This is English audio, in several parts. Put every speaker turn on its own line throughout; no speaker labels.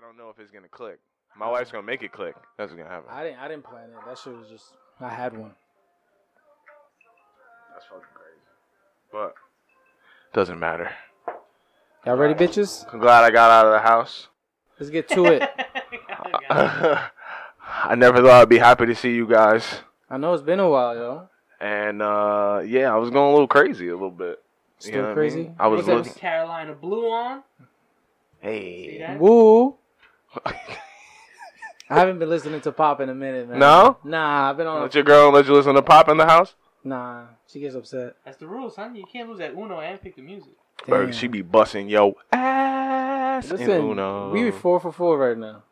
don't know if it's gonna click. My wife's gonna make it click. That's what's gonna happen.
I didn't I didn't plan it. That shit was just I had one.
That's fucking crazy. But doesn't matter.
Y'all ready, bitches?
I'm glad I got out of the house.
Let's get to it.
I never thought I'd be happy to see you guys.
I know it's been a while, yo.
And uh, yeah, I was going a little crazy a little bit. You
Still
know what I
crazy.
mean? I was
What's up?
looking.
Carolina Blue on. See
Hey.
that?
Woo. I haven't been listening to pop in a minute, man.
No?
Nah, I've been on.
Let your girl let you listen to pop in the house?
Nah, she gets upset.
That's the rules, son. You can't lose at Uno and pick the music.
Berg,
Damn.
she be busting yo ass in
Listen,
Uno.
we four for four right now.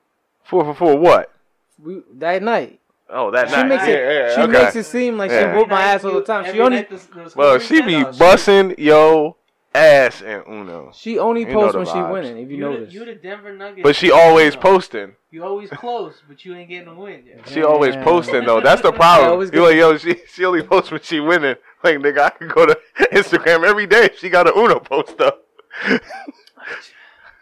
four for four. What?
We that night.
Oh, that
She
night.
makes
yeah,
it.
yeah,
she
okay.
makes it seem like
Yeah.
she whooped my ass all the time. She
Every
only
night this- this-
Well,
this
she be
weekend, uh,
busting yo ass in Uno,
she only
You know
posts
the
when she
vibes.
winning. If you
You the,
notice,
you the Denver Nuggets.
but she always
You know,
posting.
You always close, but you ain't getting a win. Yet.
She always
Yeah.
posting though. That's the
I
problem.
always
You like, yo, she she only posts when she winning. Like nigga, I can go to Instagram every day. She got a Uno post up.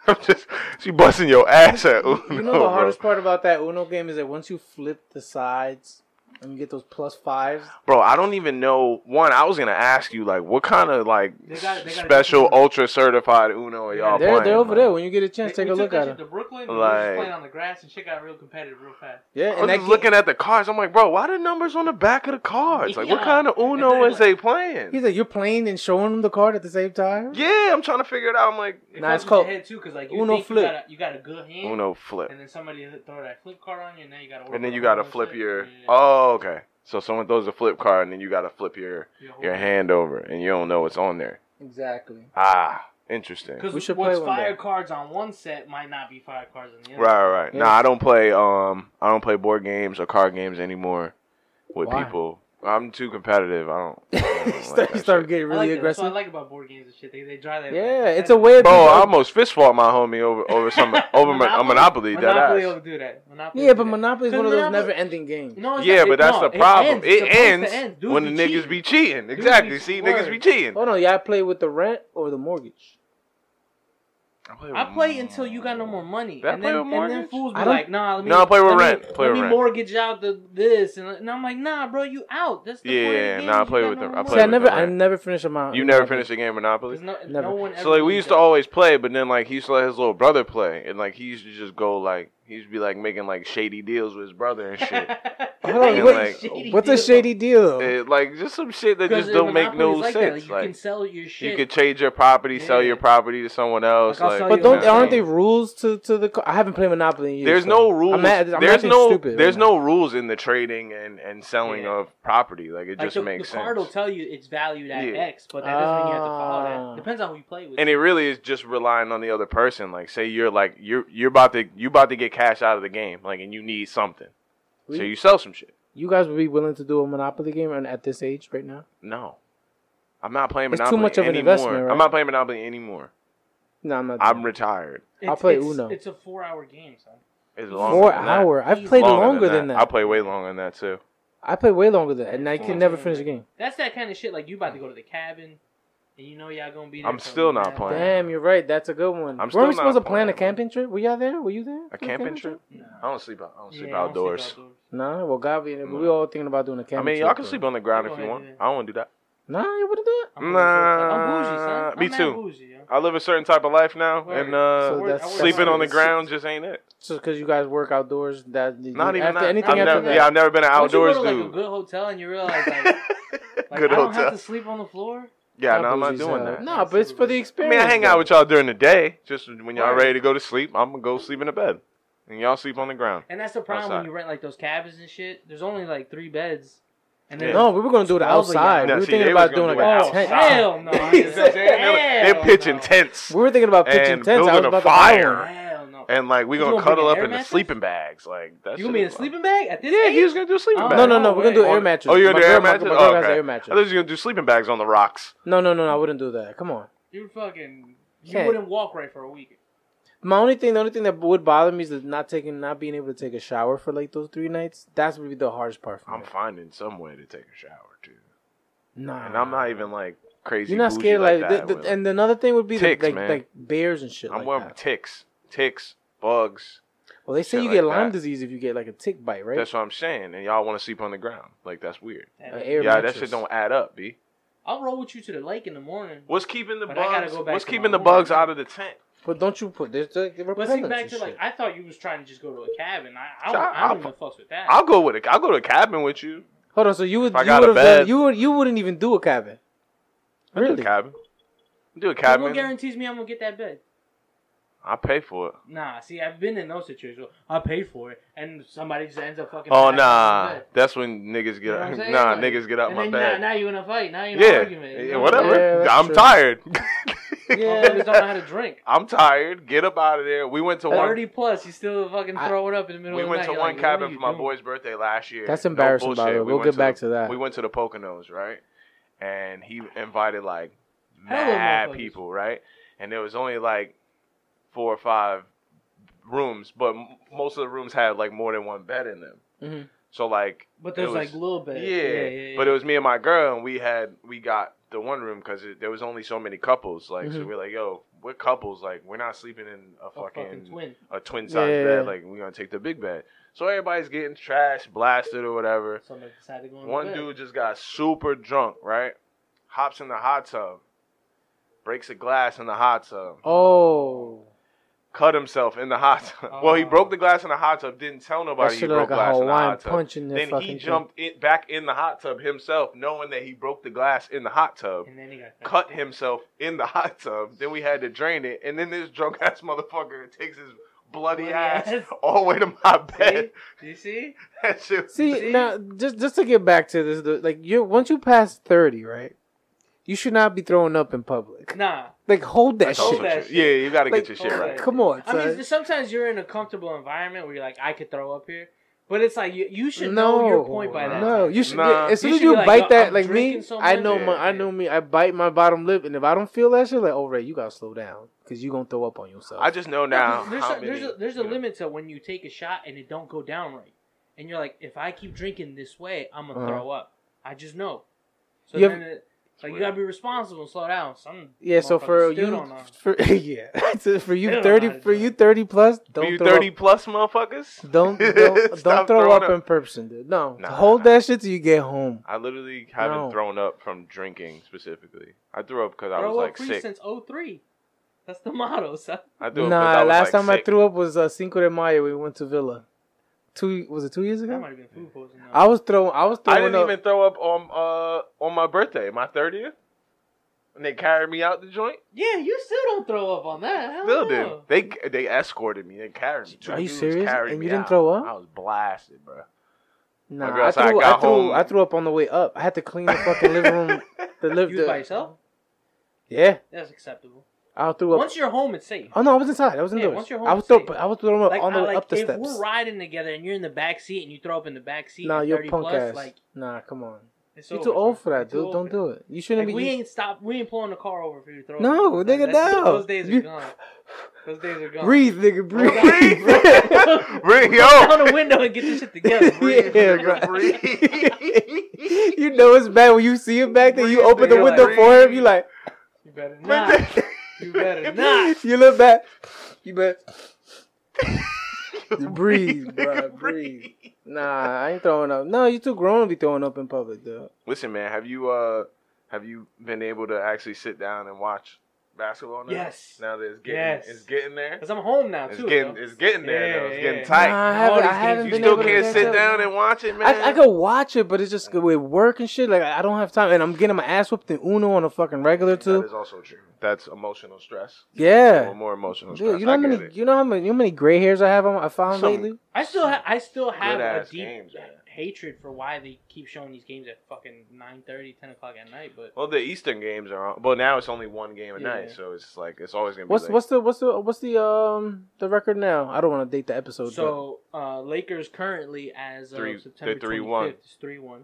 I'm just she busting your ass at Uno.
you know the
bro.
hardest part about that Uno game is that once you flip the sides and you get those plus fives,
Bro, I don't even know. One, I was gonna ask you like, what kind of like
They got- they got
special
different-
ultra certified Uno are y'all
they're
playing?
they're over
like?
there. When you get a chance,
We-
take
we
a
took
look
that
at
shit
them.
to Brooklyn. and we were just
Like-
playing on the grass and shit got real competitive real fast.
Yeah,
I
and
was
that
just
game-
looking at the cards. I'm like, bro, why the numbers on the back of the cards? Like, what
Yeah.
kind of Uno is they playing?
He's like, you're playing and showing them the card at the same time.
yeah, I'm trying to figure it out. I'm like,
It
Nah,
comes
it's
with your
called
head too, 'cause, like you
Uno
think
flip.
You got, a, you got a good hand,
Uno flip.
and then somebody hit- throw that flip card on you, and now you got to.
and then you gotta flip your. Oh, okay. So someone throws a flip card, and then you gotta flip your your hand over, and you don't know what's on there.
Exactly.
Ah, interesting. Right,
Because
We should
what's
play one
fire
day.
cards on one set might not be fire cards on the other.
right. right.
Yeah.
Nah, I don't play. Um, I don't play board games or card games anymore with
Why?
people. I'm too competitive. I don't. I don't
you
like
start,
that
you start
shit.
getting
I
really
like that. That's
aggressive.
what I like about board games and shit. They they drive that.
yeah, it's a way of
Bro, I almost fist fought my homie over over some over mon- Oh, a monopoly. That
Monopoly
ass.
will do that. Monopoly
Yeah,
will
but
do that.
Monopoly is
Cause
one of those
Monopoly-
never-ending games.
No, it's
Yeah,
not-
but
it-
that's
no,
the problem.
It ends,
ends,
It's supposed to end. Dudes
when the niggas
cheating.
be cheating.
Dudes
Exactly.
be-
See,
word.
niggas be cheating.
Hold on, y'all play with the rent or the mortgage?
I play until you got no more money,
Did I
and
play
then,
with
and then
mortgage?
fools
I
be
don't-
like, "Nah, let me
No, I play with
let me-
rent. Play
let
with
me
rent.
mortgage out the this," and, and I'm like, "Nah, bro, you out." That's the point of the
Yeah,
game
nah, I
is you
play
got
with
no
them. I
more
play
See, I
with
money.
never,
the
I
rent.
never finished a mon-
You never
Monopoly.
finished a game of Monopoly.
There's no,
Never.
no one ever
So like we
plays
used
that.
to always play, but then like he used to let his little brother play, and like he used to just go like he used to be like making like shady deals with his brother and shit.
Hold on,
And,
wait,
like,
What's a shady deal? though?
It- like just some shit that
Because
just don't
in
make no
Monopoly's like that,
sense.
you can
Like
sell your shit.
you could trade your property, sell
Yeah.
your property to someone else.
Like, I'll
Like,
sell
But
you
don't
know what
aren't
I
there
mean?
rules to to the? co- I haven't played Monopoly in years.
There's
so
no rules.
I'm at- I'm
there's
acting
no
Stupid
there's
right now.
no rules in the trading and and selling
Yeah.
of property. Like it
Like,
just
the,
makes
the card will
sense.
tell you it's valued at
Yeah.
X, but that doesn't mean you have to follow
Ah.
that. Depends on who you play with.
and it really is just relying on the other person. Like, say you're like you're you're about to you about to get cash out of the game, like, and you need something, so
We-
you sell some shit.
You guys would be willing to do a Monopoly game and at this age right now?
No, I'm not playing
It's too
Monopoly
much of an
anymore.
investment, right?
I'm not playing Monopoly anymore.
No, I'm not.
I'm retired.
It's-
I'll play
it's-
Uno.
It's a four-hour game, son.
It's
Four
longer
Four
than
hour. I've
He's
That.
played
Longer
longer than that.
I play way longer than that too.
I played way longer than that, and I
That's
can
what
never
I'm
finish a
saying.
game.
That's that kind of shit. Like you about to go to the cabin, and you know y'all gonna be. There
I'm
for a
still
little
not
bit.
playing.
Damn, you're right. That's a good one.
I'm
Were we
still not
supposed to plan a
playing, man.
camping trip? Were y'all there? Were you there? for
A
the
camping trip?
Nah.
I don't sleep. out- I don't sleep
Yeah, I don't sleep
outdoors.
Nah, well, God, we, we
No.
all thinking about doing a
I
camping.
mean,
trip,
y'all can
bro.
sleep on the ground
I'm
if you
gonna
want.
do that.
I don't want to do that.
Nah, you wouldn't do
I'm bougie, son. I'm bougie,
Nah,
son.
me
I'm mad
too.
Bougie, yo.
I live a certain type of life now,
Word.
and uh,
So
I work-
that's-
I work
sleeping on the
That's-
ground just ain't it.
it. Just because you guys work outdoors, that you-
Not even
after
that.
anything
I've
after
never,
that.
Yeah, I've never been an
Once you go
outdoors
to,
dude.
Like a good hotel, and you realize like, like
good
I don't
hotel.
have to sleep on the floor.
yeah,
Y'all
no, I'm not
bougie as
doing
hell.
that.
Nah, but it's for the
I
experience.
mean, I hang out with y'all during the day. Just when y'all all
Right.
ready to go to sleep, I'm gonna go sleep in the bed, and y'all sleep on the ground.
And that's the problem
Outside.
when you rent like those cabins and shit. There's only like three beds. And
Yeah.
then
No, we were gonna do it
Oh, but yeah.
outside.
No,
we were
see,
thinking
they
about
was gonna
doing
do it
like a
oh
tent.
outside.
hell no!
You know what I'm saying? They're,
Hell
they're pitching
no.
tents
We were thinking about pitching
and
tents. I was
building
about
a
to buy
fire,
Hell no!
and like we
You
gonna
gonna
cuddle
bring
up in
an air
the
mattress?
sleeping bags. Like that's
You gonna be in a sleeping bag at this
Yeah,
age?
he was gonna do a sleeping
Oh,
bags.
one. No, no, no. We're gonna do
Oh,
air
wait.
mattresses.
Oh, you're
My
gonna do air
girl- my-
mattresses?
My girl
Oh,
has an
okay. I
air
thought you
mattress.
was gonna do sleeping bags on the rocks.
No, no, no, no. I wouldn't do that. Come on.
You're fucking. You
Can't.
wouldn't walk right for a week.
My only thing, the only thing that would bother me is that not taking, not being able to take a shower for like those three nights. That's would be the hardest part for
I'm
me.
finding some way to take a shower too,
Nah,
and I'm not even like crazy.
You're not
bougie
scared like,
like, that.
the, the,
with-
and another thing would be the,
Ticks,
like
man.
like bears and shit.
I'm
like
worried
that.
ticks, ticks, bugs,
Well, they say
Shit
you
like
get Lyme
that.
disease if you get like a tick bite, right?
That's what I'm saying. And y'all want to sleep on the ground. Like that's weird.
An
Hey,
air
yeah, that
mattress.
shit don't add up, b.
I'll roll with you to the lake in the morning.
What's keeping the
But I gotta
bugs?
go back
What's
to
keeping
my
the bugs
work.
out of the tent?
But don't you put there's the the
But see,
repellents
back
and
to like,
shit.
I thought you was trying to just go to a cabin. I I
Sure,
don't, I
I'll
don't even fucks with that.
I'll go with it. I'll go to a cabin with you.
Hold on, so you would
If I
you
got a
would have
bed-
done, you would you wouldn't even do a cabin.
I'll do
Really?
a cabin. I'll do a
But what
cabin.
guarantees me I'm gonna get that bed?
I'll pay for it.
Nah, see, I've been in those situations. I paid for it, and somebody just ends up fucking.
Oh
passing out
nah,
of bed.
that's when niggas get
You know what
out.
I'm saying?
nah,
Like,
niggas get out
and
my
then
bed.
Now, now you're in a fight. Now you're in an
yeah,
argument.
yeah,
You know what I'm saying?
whatever.
Yeah, that's
I'm
true.
tired.
Yeah.
Motherfuckers don't know how to drink.
I'm tired. Get up out of there. We went to one.
Thirty plus, you still fucking
I-
throw it up in the middle.
We
of the
went
night.
to
You're
one
like, what are
cabin
you
for my
doing?
boy's birthday last year.
That's
No
embarrassing, by the
bullshit.
way.
We
We'll
went
get back
the-
to that.
We went to the Poconos, right? And he invited like
Hella
mad
motherfuckers.
people, right? And there was only like four or five rooms, but m- most of the rooms had like more than one bed in them.
Mhm.
So like,
But
it
there's
was-
like little bit.
yeah, But it was me and my girl, and we had we got the one room because there was only so many couples. Like, so
Mhm.
we're like, yo, we're couples. Like, we're not sleeping in a
a
fucking,
fucking twin.
a twin
Yeah,
size
yeah,
bed.
yeah.
Like, we're gonna take the big bed. So everybody's getting trashed, blasted, or whatever.
Somebody decided to go in the
One
bed.
dude just got super drunk, right? Hops in the hot tub, breaks a glass in the hot tub,
Oh,
cut himself in the hot tub. well, he
Oh.
broke the glass in the hot tub, didn't tell
that
nobody he
shit
broke
look like a
glass in the
Hawaiian
hot tub.
punch in the
Then
fucking
he
thing.
jumped in, back in the hot tub himself, knowing that he broke the glass in the hot tub,
And then he got
cut himself in the hot tub. Then we had to drain it, and then this drunk ass motherfucker takes his bloody,
Bloody
ass,
ass.
all the way to my bed.
Do you see?
that shit. was-
See,
See?
now just just to get back to this, the, like you once you pass thirty, right? You should not be throwing up in public.
Nah.
Like hold that
That's also
shit.
that
true.
shit.
Yeah, you gotta
Like,
get your shit
okay.
right.
Come on,
I
son.
mean, sometimes you're in a comfortable environment where you're like, I could throw up here, but it's like you, you should know your point by that.
No,
time.
you should.
Nah.
As soon
You
as
should
you
be like,
bite
yo,
that,
I'm
like me,
drinking so
I know
much.
my, I
Yeah.
know me. I bite my bottom lip, and if I don't feel that shit, like, oh Ray, you gotta slow down, cause you gonna throw up on yourself.
I just know now.
there's
how
a, there's
many-
a, there's a
you know.
limit to when you take a shot and it don't go down right, and you're like, if I keep drinking this way, I'm gonna
Uh-huh.
throw up. I just know. So
You have-
then, it, like, you gotta be responsible and slow down. Some
yeah. So for
motherfuckers still
you,
don't uh, know.
for yeah, So for
They
you
don't know how
thirty,
to
for
do
you
it.
thirty plus, don't
For you
throw
thirty
up.
plus motherfuckers.
Don't don't, don't
Stop
throw
throwing
up in person, dude. No,
Nah,
hold
nah.
that shit till you get home.
I literally haven't
No.
thrown up from drinking specifically. I threw up because I
throw
was
up
like
free
sick.
since 03. That's the motto. So
I threw up 'cause I
Nah,
was,
last
like,
time I
sick.
threw up was uh, Cinco de Mayo. We went to Villa. Two was it two years
that
ago?
might have been food poisoning. though.
I was throwing. I was throwing
I didn't
up.
even throw up on uh on my birthday, my thirtieth, and they carried me out the joint.
Yeah, you still don't throw up on that. Hell
Still did.
no.
They they escorted me. They carried me. Two
Are you
dudes
serious?
carried
And
me
you didn't
out.
throw up?
I was blasted, bro.
Nah,
girl
I
said I
threw, I,
got
threw,
home-
I threw up on the way up. I had to clean the fucking living room. The live
You was by yourself?
Yeah,
That's acceptable.
I threw up.
Once you're home, it's safe.
oh no, I was inside. I was
Yeah,
indoors.
once you're home,
I was throw,
safe.
I was throwing up
Like,
on the
I-
way
like,
up the
if
steps.
we're riding together and you're in the back seat and you throw up in the back seat,
nah,
at
you're
30
punk
plus,
ass.
Like,
nah, come on.
it's
You're
over,
too old
son.
for that,
You're too
dude.
old
Don't
for
do it. You
that.
shouldn't be.
Like, we ain't stop. We ain't pulling the car over for you to throw.
No,
up.
nigga,
That's-
no.
Those days are
You-
gone. Those days are gone.
breathe, nigga,
Breathe,
breathe.
breathe,
Down
yo,
the window and get this shit together. Breathe.
Yeah,
nigga, breathe.
you know it's bad when you see him back there. You
Breathe,
open the
nigga,
window
breathe.
for him. You like,
You better not. You better not.
you look back. Ah. You bet. breathe, bro. Breathe. Nah, I ain't throwing up. No, you too grown to be throwing up in public, though.
Listen, man, have you uh have you been able to actually sit down and watch basketball now?
Yes.
Now that it's getting
Yes.
it's getting there.
Cause I'm home now
It's
too.
getting
though.
it's getting there
Yeah,
though. It's
yeah,
getting
yeah.
tight.
Nah, I haven't,
All these
I
games
haven't
you
been
still
able
can't
to catch
sit
up.
down and watch it, man.
I, I could watch it, but it's just with work and shit. Like I don't have time, and I'm getting my ass whooped in Uno on a fucking regular
That
too.
is also true. That's emotional stress. Or
Yeah,
more emotional stress.
dude, you know how
I get
many,
it.
you know how many, you know how many gray hairs I have on, I found
Some-
lately.
I still, ha- I still have a
ass
deep
games, man.
hatred for why they keep showing these games at fucking 9:30, 10 o'clock at night. But
Well, the Eastern games are on, but now it's only one game a
Yeah.
night, so it's like it's always gonna be.
What's
like,
what's the what's the uh, what's the um the record now? I don't want to date the episode.
So uh, Lakers currently as of
Three-
September
they're 3-1.
25th is three one,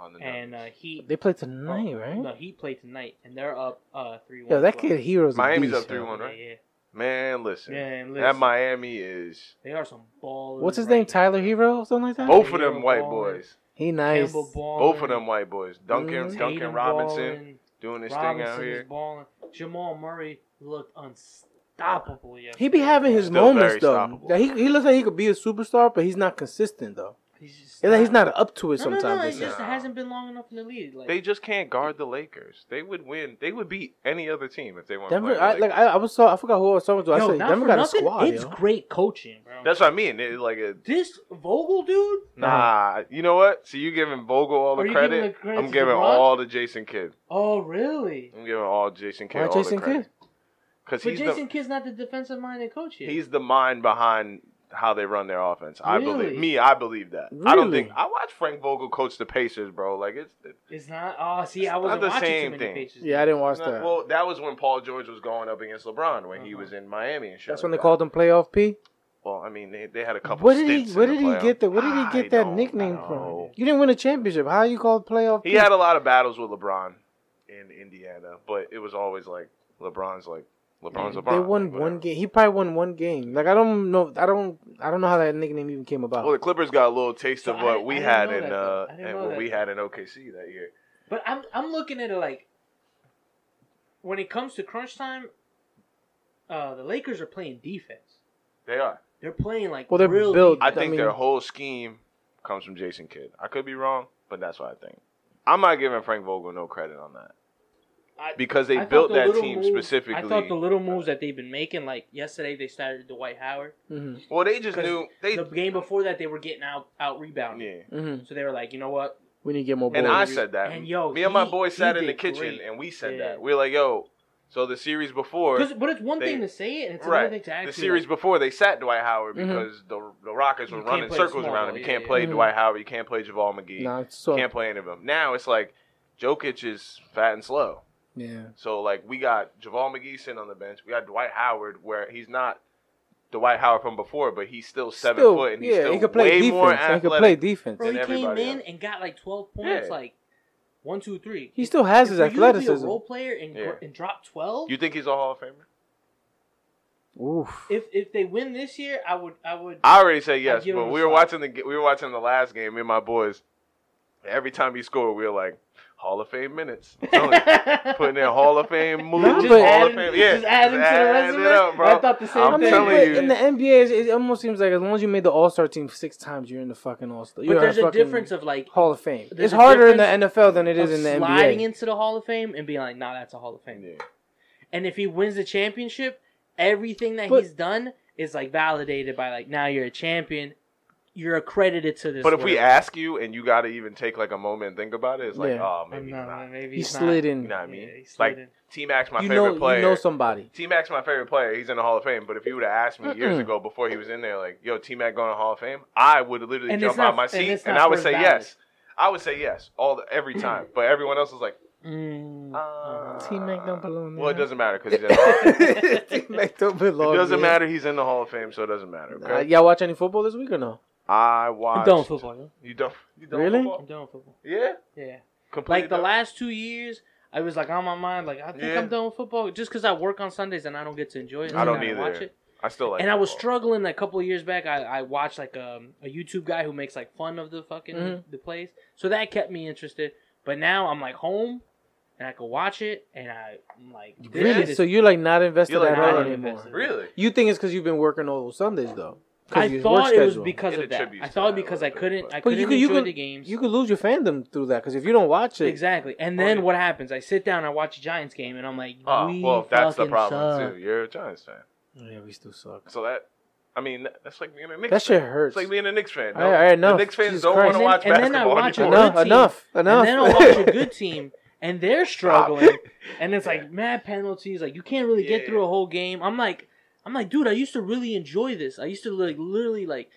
on the
and uh,
numbers.
but
Heat. Oh,
they
oh,
play tonight, right?
No, Heat played tonight, and they're up uh three one.
Yo, that kid heroes.
Miami's
beast,
up 3-1, right?
Yeah,
man, listen,
uh, yeah. and listen,
that Miami is
they are some ballers.
What's his
right
name?
now.
Tyler Hero or something like that.
Oh,
both of them
Hero
white
ballin'.
boys,
He nice.
Campbell balling,
both of them white boys, Duncan
Mhm.
Duncan
Mm-hmm. Tatum
Robinson
ballin',
doing his
Robinson
thing out
is
here.
balling. Jamal Murray looked unstoppable. Yeah,
He be having his
Still
moments
very
though.
stoppable.
That he he looks like he could be a superstar, but he's not consistent though.
he's just
It's like he's not up to it
No, no,
sometimes.
no, it
it's
just
not.
hasn't been long enough in the league. Like
They just can't guard the Lakers. They would win. They would beat any other team if they weren't
Denver,
playing the
I, like
Lakers.
I, I was saw, I forgot who I was talking to. I
yo,
said
not
Denver
for
got
nothing,
a squad.
It's
yo.
great coaching, bro.
That's what I mean. It, like a,
this Vogel dude.
nah. You know what? So you giving Vogel all
Are
the
you
credit?
giving the credit
I'm
to
giving
LeBron?
all the Jason Kidd.
Oh, really?
I'm giving all Jason Kidd
Why
all
Jason
the credit.
Kidd?
Because
But
he's
Jason
the,
Kidd's not the defensive minded coach here.
he's the mind behind how they run their offense. I
Really?
believe me. I believe that. I don't
Really?
think I watched Frank Vogel coach the Pacers, bro. Like it's
it's not. Oh, see, I
It's
wasn't
not the
watching
same
too many
thing.
Pacers.
Yeah, I didn't watch
Not-
that.
Well, that was when Paul George was going up against LeBron when he
Uh-huh.
was in Miami and shit.
That's
like
when they
that.
called him Playoff P.
Well, I mean, they, they had a couple.
Where did he?
stints
Where
in
did
the
he get
playoff.
that? Where did he
I
get that
don't
nickname from?
know.
You didn't win a championship. How you called Playoff
He
P?
had a lot of battles with LeBron in Indiana, but it was always like LeBron's like LeBron's LeBron.
they won
like,
one
whatever.
game. He probably won one game. Like I don't know. I don't. I don't know how that nickname even came about.
Well, the Clippers got a little taste
So
of
I
what
didn't-
we
I didn't
had
know
in
that,
uh
though. I didn't
and
know
what
that.
we had in OKC that year.
But I'm I'm looking at it like when it comes to crunch time, uh, the Lakers are playing defense.
They are.
They're playing like
Well, they're
real
built-
I
I
defense.
think
mean-
their whole scheme comes from Jason Kidd. I could be wrong, but that's what I think. I'm not giving Frank Vogel no credit on that
I-
because they
I thought
built
the
that
little
team
moves-
specifically.
I thought the little moves that they've been making, like yesterday, they started Dwight Howard.
hmm
well, they just
'Cause
knew they.
the game before that, they were getting out out rebounded.
yeah.
hmm
So they were like, you know what?
We need to get more.
And
boys.
I said that.
And yo,
me and my
he-
boy
he
sat in the
did
kitchen
great.
and we said
Yeah.
that. We are like, yo, so the series before,
'Cause- but it's one
They-
thing to say it, and it's another thing
right?
to actually.
The series
like,
before they sat Dwight Howard
Mhm.
because the the Rockets
Mm-hmm. You
were
can't
running
play
circles
small,
around him. You
yeah,
can't
yeah. Mm-hmm.
play
Mhm.
Dwight Howard. You can't play Javale McGee.
Nah, it's
You
so
can't play any of them. Now it's like Jokic is fat and slow.
yeah.
So like we got Javale McGee sitting on the bench. We got Dwight Howard where he's not Dwight Howard from before, but he's still seven
Still,
foot and he's
yeah,
still
he could play
way
defense.
more
and
athletic.
He could play defense.
bro,
than
he came
everybody
in
else.
and got like twelve points,
Yeah.
like one, two, three.
He still has
And
his
for you to be a
athleticism.
role player and,
Yeah.
and drop twelve.
You think he's a Hall of Famer?
Oof.
If if they win this year, I would I would.
I already said yes,
give
but
him a
we were
shot.
watching the g- we were watching the last game. Me and my boys. Every time he scored, we were like Hall of Fame minutes. I'm telling you. Putting in Hall of Fame moves,
Nah,
Hall
but-
of Fame, yeah,
just adding to the
add it
resume.
up, bro.
I thought the same
I'm
thing.
telling
but
you.
in the NBA, it almost seems like as long as you made the All Star team six times, you're in the fucking All Star.
but there's a difference of like
Hall of Fame. It's
there's a
harder in the
difference
NFL than it is
of
in the
sliding
NBA.
into the Hall of Fame and being like, nah, that's a Hall of Fame.
Yeah.
And if he wins the championship, everything that
But-
he's done is like validated by like now you're a champion, you're accredited to this.
But if we
whatever.
ask you and you got to even take like a moment and think about it, it's like,
Yeah.
oh,
I'm
maybe
not-
not.
maybe
He
he's not.
slid
You
in.
know what I
Yeah,
mean?
he slid
like
in.
T Mac's my
you
favorite
know,
player.
you know somebody.
T Mac's my favorite player. He's in the Hall of Fame. But if you would have asked me years
Mm-mm.
ago before he was in there, like, yo, T Mac going to Hall of Fame, I would literally
And it's
jump
not-
out my
and
seat
it's
and
not
I would
first
say
ballot.
yes. I would say yes all the, every time. But everyone else was like,
Mm.
uh,
T Mac don't belong.
Well, it
there.
doesn't matter because he's in the Hall of Fame.
T Mac don't belong.
It doesn't
there.
matter. He's in the Hall of Fame, so it doesn't matter.
Uh,
Okay.
y'all watch any football this week or no?
I watched.
I'm done with football. yo.
You don't. You don't
Really?
I'm
Football?
done with football.
Yeah.
Yeah.
Completely
Like the
done.
last two years, I was like on my mind, like I think
Yeah.
I'm done with football, just because I work on Sundays and I don't get to enjoy it.
I don't
and
either.
Watch it.
I still like.
and I was
football.
struggling like, a couple of years back. I, I watched like um, a YouTube guy who makes like fun of the fucking
Mhm.
the plays, so that kept me interested. But now I'm like home, and I can watch it, and I, I'm like, this shit
Really?
is-
So you're like not invested
You're, like,
at
not
all
invested.
anymore.
Really?
You think it's because you've been working all those Sundays though? 'Cause
I
your
thought
work
it was
schedule.
because
It
of that.
attributes
I
to
thought
that a
because I
little bit,
couldn't,
but-
I
But
couldn't
you could- you
enjoy
could-
the games.
You could lose your fandom through that because if you don't watch it,
Exactly. And
Oh,
then
yeah.
what happens? I sit down, I watch a Giants game, and I'm like,
Oh
we
well, that's the
fucking
problem
suck.
too. You're a Giants fan,
yeah, we still suck.
so that. I mean, that's like being a Knicks.
That
fan.
shit hurts.
It's like being a Knicks fan.
All right, all right,
no,
enough.
the Knicks fans
Jesus
don't
Christ.
want to watch
And then- and then I
basketball
watch
anymore.
another
enough,
team.
enough, enough.
And then I'll watch a good team, and they're struggling, and it's like mad penalties. Like you can't really get
Yeah.
through a whole game. I'm like, I'm like, dude, I used to really enjoy this. I used to like literally like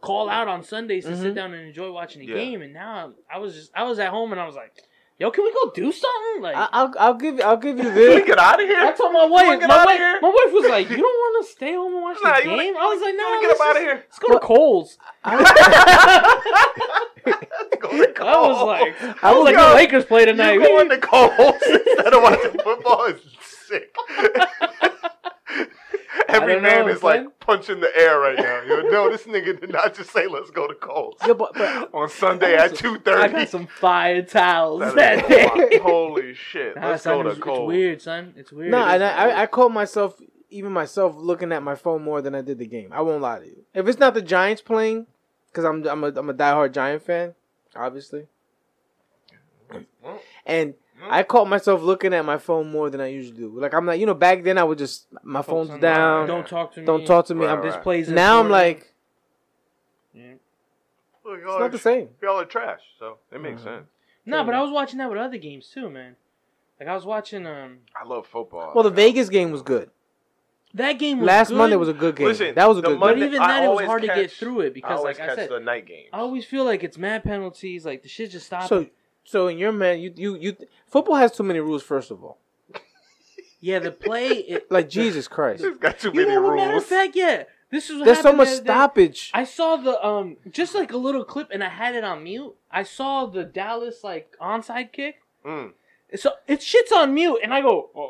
call out on Sundays to sit
Mhm.
down and enjoy watching a
Mm-hmm. Yeah.
game. And now I, I was just, I was at home, and I was like, yo, can we go do something? Like.
I, I'll I'll give I'll give you
Can we
this.
get out of
I
here?
told my wife,
get
my
outta
wife,
here.
my wife was like, "You don't want to stay home and watch
Nah,
the
you
game."
wanna-
I was like, "No,
Can we
let's
get up out of
just-
here?
Let's go to Coles." I was like, I was like, "The Lakers play tonight."
you going to Coles instead of watching football is sick. Every
don't
man
know,
is like
son.
punching the air right now. Yo, no, this nigga did not just say let's go to Coles
Yeah, but, but
on Sunday at two
I
thirty.
got some fire towels that day.
Holy shit!
Nah,
Let's
son,
go to
it's, it's
Coles.
weird, son. It's weird.
no, and I, I I caught myself even myself looking at my phone more than I did the game. I won't lie to you. If it's not the Giants playing, because I'm I'm a I'm a diehard Giant fan, obviously,
Well,
and I caught myself looking at my phone more than I usually do. Like I'm like, you know, back then I would just my
Focus
phone's
on the-
down.
Don't talk to me.
Don't talk to me.
Right,
I'm
right.
This plays
now I'm like,
look, oh,
it's
y'all,
not
are,
the same.
y'all are trash, so it makes
Mhm.
sense.
No, but I was watching that with other games too, man. Like I was watching um
I love football.
Well, the
man.
Vegas game was good.
that game was
Last
good,
Monday was a good game.
Listen,
that was a
the
good
but
Monday-
game.
even
I
that it was
always
hard to get
catch-
through it
I
because
always
like I
catch
said,
the night games.
I always feel like it's mad penalties. Like the shit just stopped.
So, so in your man, you you you football has too many rules. First of all,
yeah, the play. It,
like Jesus Christ,
It's got too
you
many
know what? Matter of
rules.
fact, yeah, this is what
there's so
happened
much
the other day.
stoppage.
I saw the um just like a little clip, and I had it on mute. I saw the Dallas like onside kick.
Mm.
So it shits on mute, and I go, "Wha-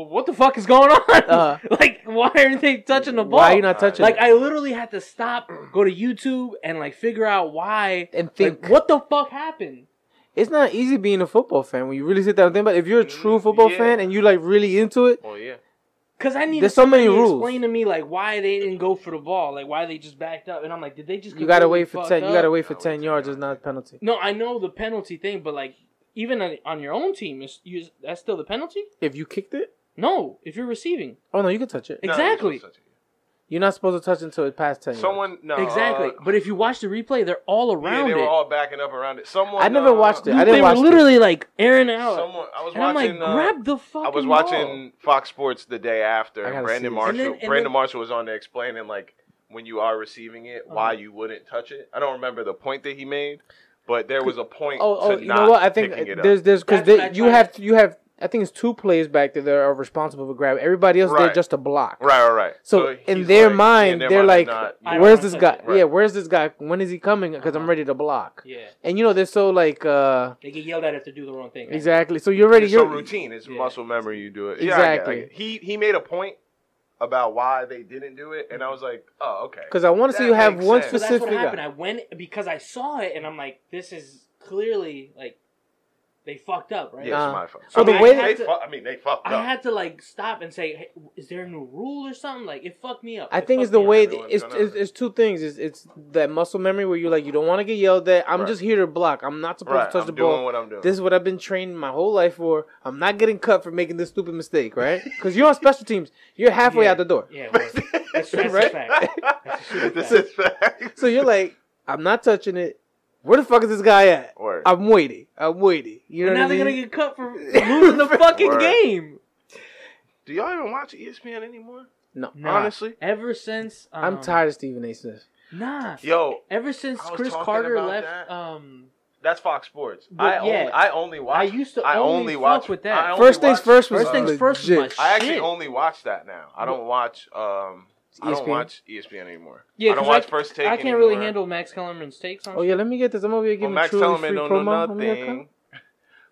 wha- "What the fuck is going on?
Uh,
like, why aren't they touching the ball?
Why are you not touching?
like,
Like,
I literally had to stop, go to YouTube, and like figure out why.
and
Like,
think
what the fuck happened?
it's not easy being a football fan when you really sit down and think. But if you're a true football
Mm, Yeah.
fan and you like really into it,
Oh yeah.
Because I need
There's so many
somebody to
rules.
Explain to me like why they didn't go for the ball, like why they just backed up, and I'm like, did they just?
you gotta
completely
wait for
fuck
ten. You
up?
gotta wait for
Gotta wait
ten
10
yards. Is
yards.
not a penalty.
No, I know the penalty thing, but like even on, on your own team, is you, that's still the penalty.
If you kicked it,
No, if you're receiving,
oh no, you can touch it.
No,
Exactly.
it's not such a-
You're not supposed to touch until it past ten. yards.
Someone no
exactly.
uh,
but if you watch the replay, they're all
yeah,
around
they
it.
were all backing up around it. Someone
I never
uh,
watched it. I
Dude,
didn't
they
watch
were
it.
literally like airing out.
Someone I was
and I'm like,
watching. uh,
grab the fucking
I was
ball.
watching Fox Sports the day after,
I
and
gotta
Brandon
see this.
Marshall.
And then- and
Brandon
then-
Marshall was on there explaining like when you are receiving it, why
Uh-huh.
you wouldn't touch it. I don't remember the point that he made, but there was a point.
Oh, oh,
to
you
not
know what? I think
picking it up.
there's there's because
That's what I
you
tried.
have you have I think it's two players back there that are responsible for grabbing. Everybody else they're
Right.
just a block.
right, right, right.
So, in,
he's
their
like-
mind,
in their
they're
mind,
like,
I
you-
don't
"Where's
wanna
this
touch
guy?
it."
Right.
Yeah, where's this guy? When is he coming? Because I'm
Uh-huh.
ready to block."
Yeah,
And you know they're so like uh
they get yelled at if they do the wrong thing.
exactly. So you're ready.
it's so
You're
routine. It's
Yeah.
muscle memory. You do it. Yeah, I get it, I
Exactly.
get it. He he made a point about why they didn't do it, and I was like, oh, okay.
because I want to see
That
you have
makes
one
sense.
So that's what
specific. uh,
happened.
guy.
I went because I saw it, and I'm like, this is clearly like they fucked up, right?
Yeah,
Uh,
it's my fault.
so
I
the
mean,
way
they,
that-
fu- I mean, they fucked
I
up.
had to like stop and say, hey, is there a new rule or something? Like it fucked me up.
I
It
think it's
fucked
the
me up.
way
everyone's
it's,
gonna-
it's it's two things. It's it's that muscle memory where you're like you don't want to get yelled at. I'm
Right.
just here to block. I'm not supposed
right,
to touch
I'm
the
doing
ball.
what I'm doing.
This is what I've been trained my whole life for. I'm not getting cut for making this stupid mistake, right? Because you're on special teams. You're halfway
Yeah.
out the door.
Yeah, well, that's, that's a
Right?
fact.
this is fact.
So you're like, I'm not touching it. Where the fuck is this guy at?
Word.
I'm waiting. I'm waiting. You know
But now
what I
they're gonna
mean?
get cut for losing the fucking
Word.
game.
Do y'all even watch E ESPN anymore?
No.
Nah.
Honestly,
Ever since um,
I'm tired of Stephen A. Smith.
Nah,
yo,
ever since
I was
Chris
talking
Carter
about
left,
that.
um,
that's Fox Sports.
But
I
yeah.
only, I only watch.
I used to
I
only,
only
fuck
watch-
with that.
I only
First things
watch-
first was
First things
legit.
first was my
I actually
shit. E
only watch that now. I don't watch. Um, I don't
ESPN?
watch E ESPN anymore.
Yeah,
I don't
'cause I
watch
c-
First Take.
I can't really
anymore.
handle Max Kellerman's takes on.
Oh yeah, let me get this. I'm over here
Well,
giving
Max
truly
Tellerman
free
don't
promo.
know
Let me get a call.
nothing.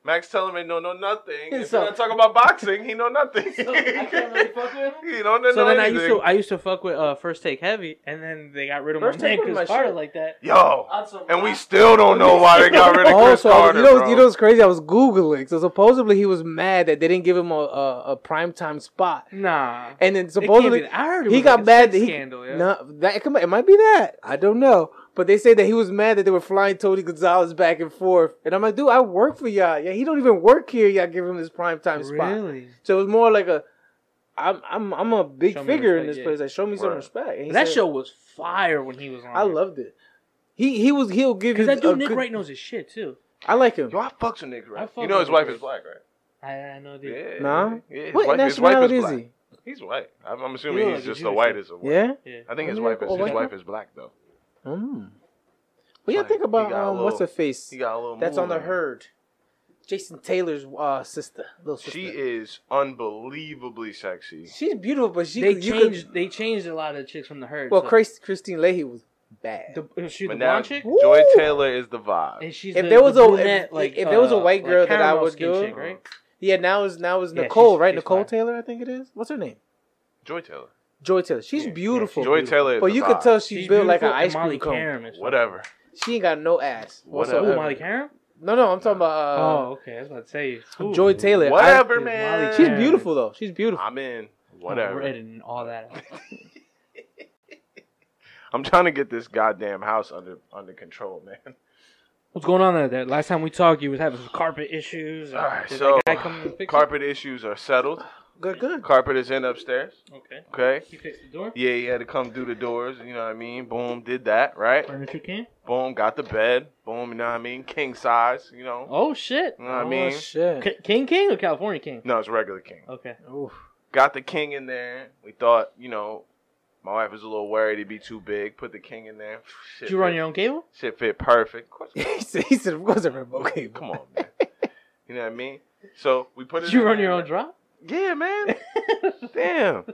Max Tellerman don't know nothing. If
So-
you want to talk about boxing, he know nothing.
shit. So I can't really fuck with him.
he don't know
So then I
anything.
used to I used to fuck with uh, First Take Heavy, and then they got rid of
First
my man
Take was
Chris
my
Carter
shit.
like that.
Yo,
Also,
and we still don't know why they got rid of
Oh,
Chris
so I was-
Carter,
you know,
bro.
you know what's crazy? I was googling. So supposedly he was mad that they didn't give him a a, a prime time spot,
nah.
and then
It can't be
supposedly
that. I heard it
he
was
got
like a
mad
sex
that he
scandal. Yeah.
no that it, could- it might be that I don't know, but they say that he was mad that they were flying Tony Gonzalez back and forth, and I'm like, dude, I work for y'all. Yeah, he don't even work here. Y'all give him his prime time spot.
really.
So it was more like a, I'm I'm I'm a big
Show me
figure in
respect,
this
yeah.
place. Like show me some
Right.
respect. And he
That
said-
show was fire when he was on.
I loved it. He he was he'll give you
because that
a
dude Nick
good-
Wright knows his shit too.
I like him.
Yo, I fucks with Nick
I
Wright.
fuck
You know his
with
wife
Nick
is black, right?
I, I know, dude.
Yeah.
Nah.
Yeah, his
What
wife- his wife
nationality is
black.
he?
He's white. I'm, I'm
He
assuming
look
he's
like a
just
Jewish
the
dude.
white is a Oh, white.
Yeah.
Yeah.
I think his
Isn't he
wife is
a
his
white
wife is black though.
Mm. What y'all
Like,
think
he
about
got a
um, what's her
little-
face
He got a little.
that's on the
moon.
herd? Jason Taylor's uh, sister, little sister.
She is unbelievably sexy.
She's beautiful, but she
They
could- you could-
changed. They changed a lot of chicks from the herd.
well,
so-
Chris, Christine Leahy was bad.
The, is she the
But now
blonde chick?
Joy
Woo!
Taylor is the vibe.
And she's
If
the,
there was
the
a- if-
brunette, like,
if there was a
uh,
white
like
girl that I
caramel
would
skin
do-
chick, right?
yeah, now is now is
Yeah,
Nicole,
she's-
right?
she's
Nicole
fine.
Taylor, I think it is. What's her name?
Joy Taylor.
Joy Taylor. She's
Yeah, yeah,
beautiful,
Joy Taylor. Is
but
the
you could
vibe.
tell she's, built like an
beautiful, and
ice cream cone.
Molly Karam is-
Whatever.
She ain't got no ass.
What
Ooh,
up?
whatsoever.
Molly Karam?
No, no, I'm talking about uh,
oh, okay. I was about to say.
Joy Taylor. I-
Whatever,
Molly
man.
she's
Karam.
beautiful though. She's beautiful.
I'm in. Whatever.
We're editing all that. out.
I'm trying to get this goddamn house under under control, man.
What's going on there? That last time we talked, you was having some carpet issues.
All right,
Did
so
that guy come and fix
carpet issues are settled.
Good, good.
Carpet is in upstairs.
It? Okay.
Okay.
He fixed the door.
Yeah, he had to come do the doors. You know what I mean? Boom, did that right?
Furniture came.
Boom, got the bed. Boom, you know what I mean? King size. You know.
Oh shit.
You know what I
Oh,
mean?
shit.
K- King King or California King?
No, it's regular king.
Okay.
Oof.
Got the king in there. We thought, you know, my wife was a little worried it'd be too big. Put the king in there. Shit
Did you run
fit-
your own cable?
shit fit perfect. Of course
he said, he said, of course, a remote cable.
Come on, man. you know what I mean? So we put it.
Did you
in
run
there.
your own drop?
Yeah, man. Damn.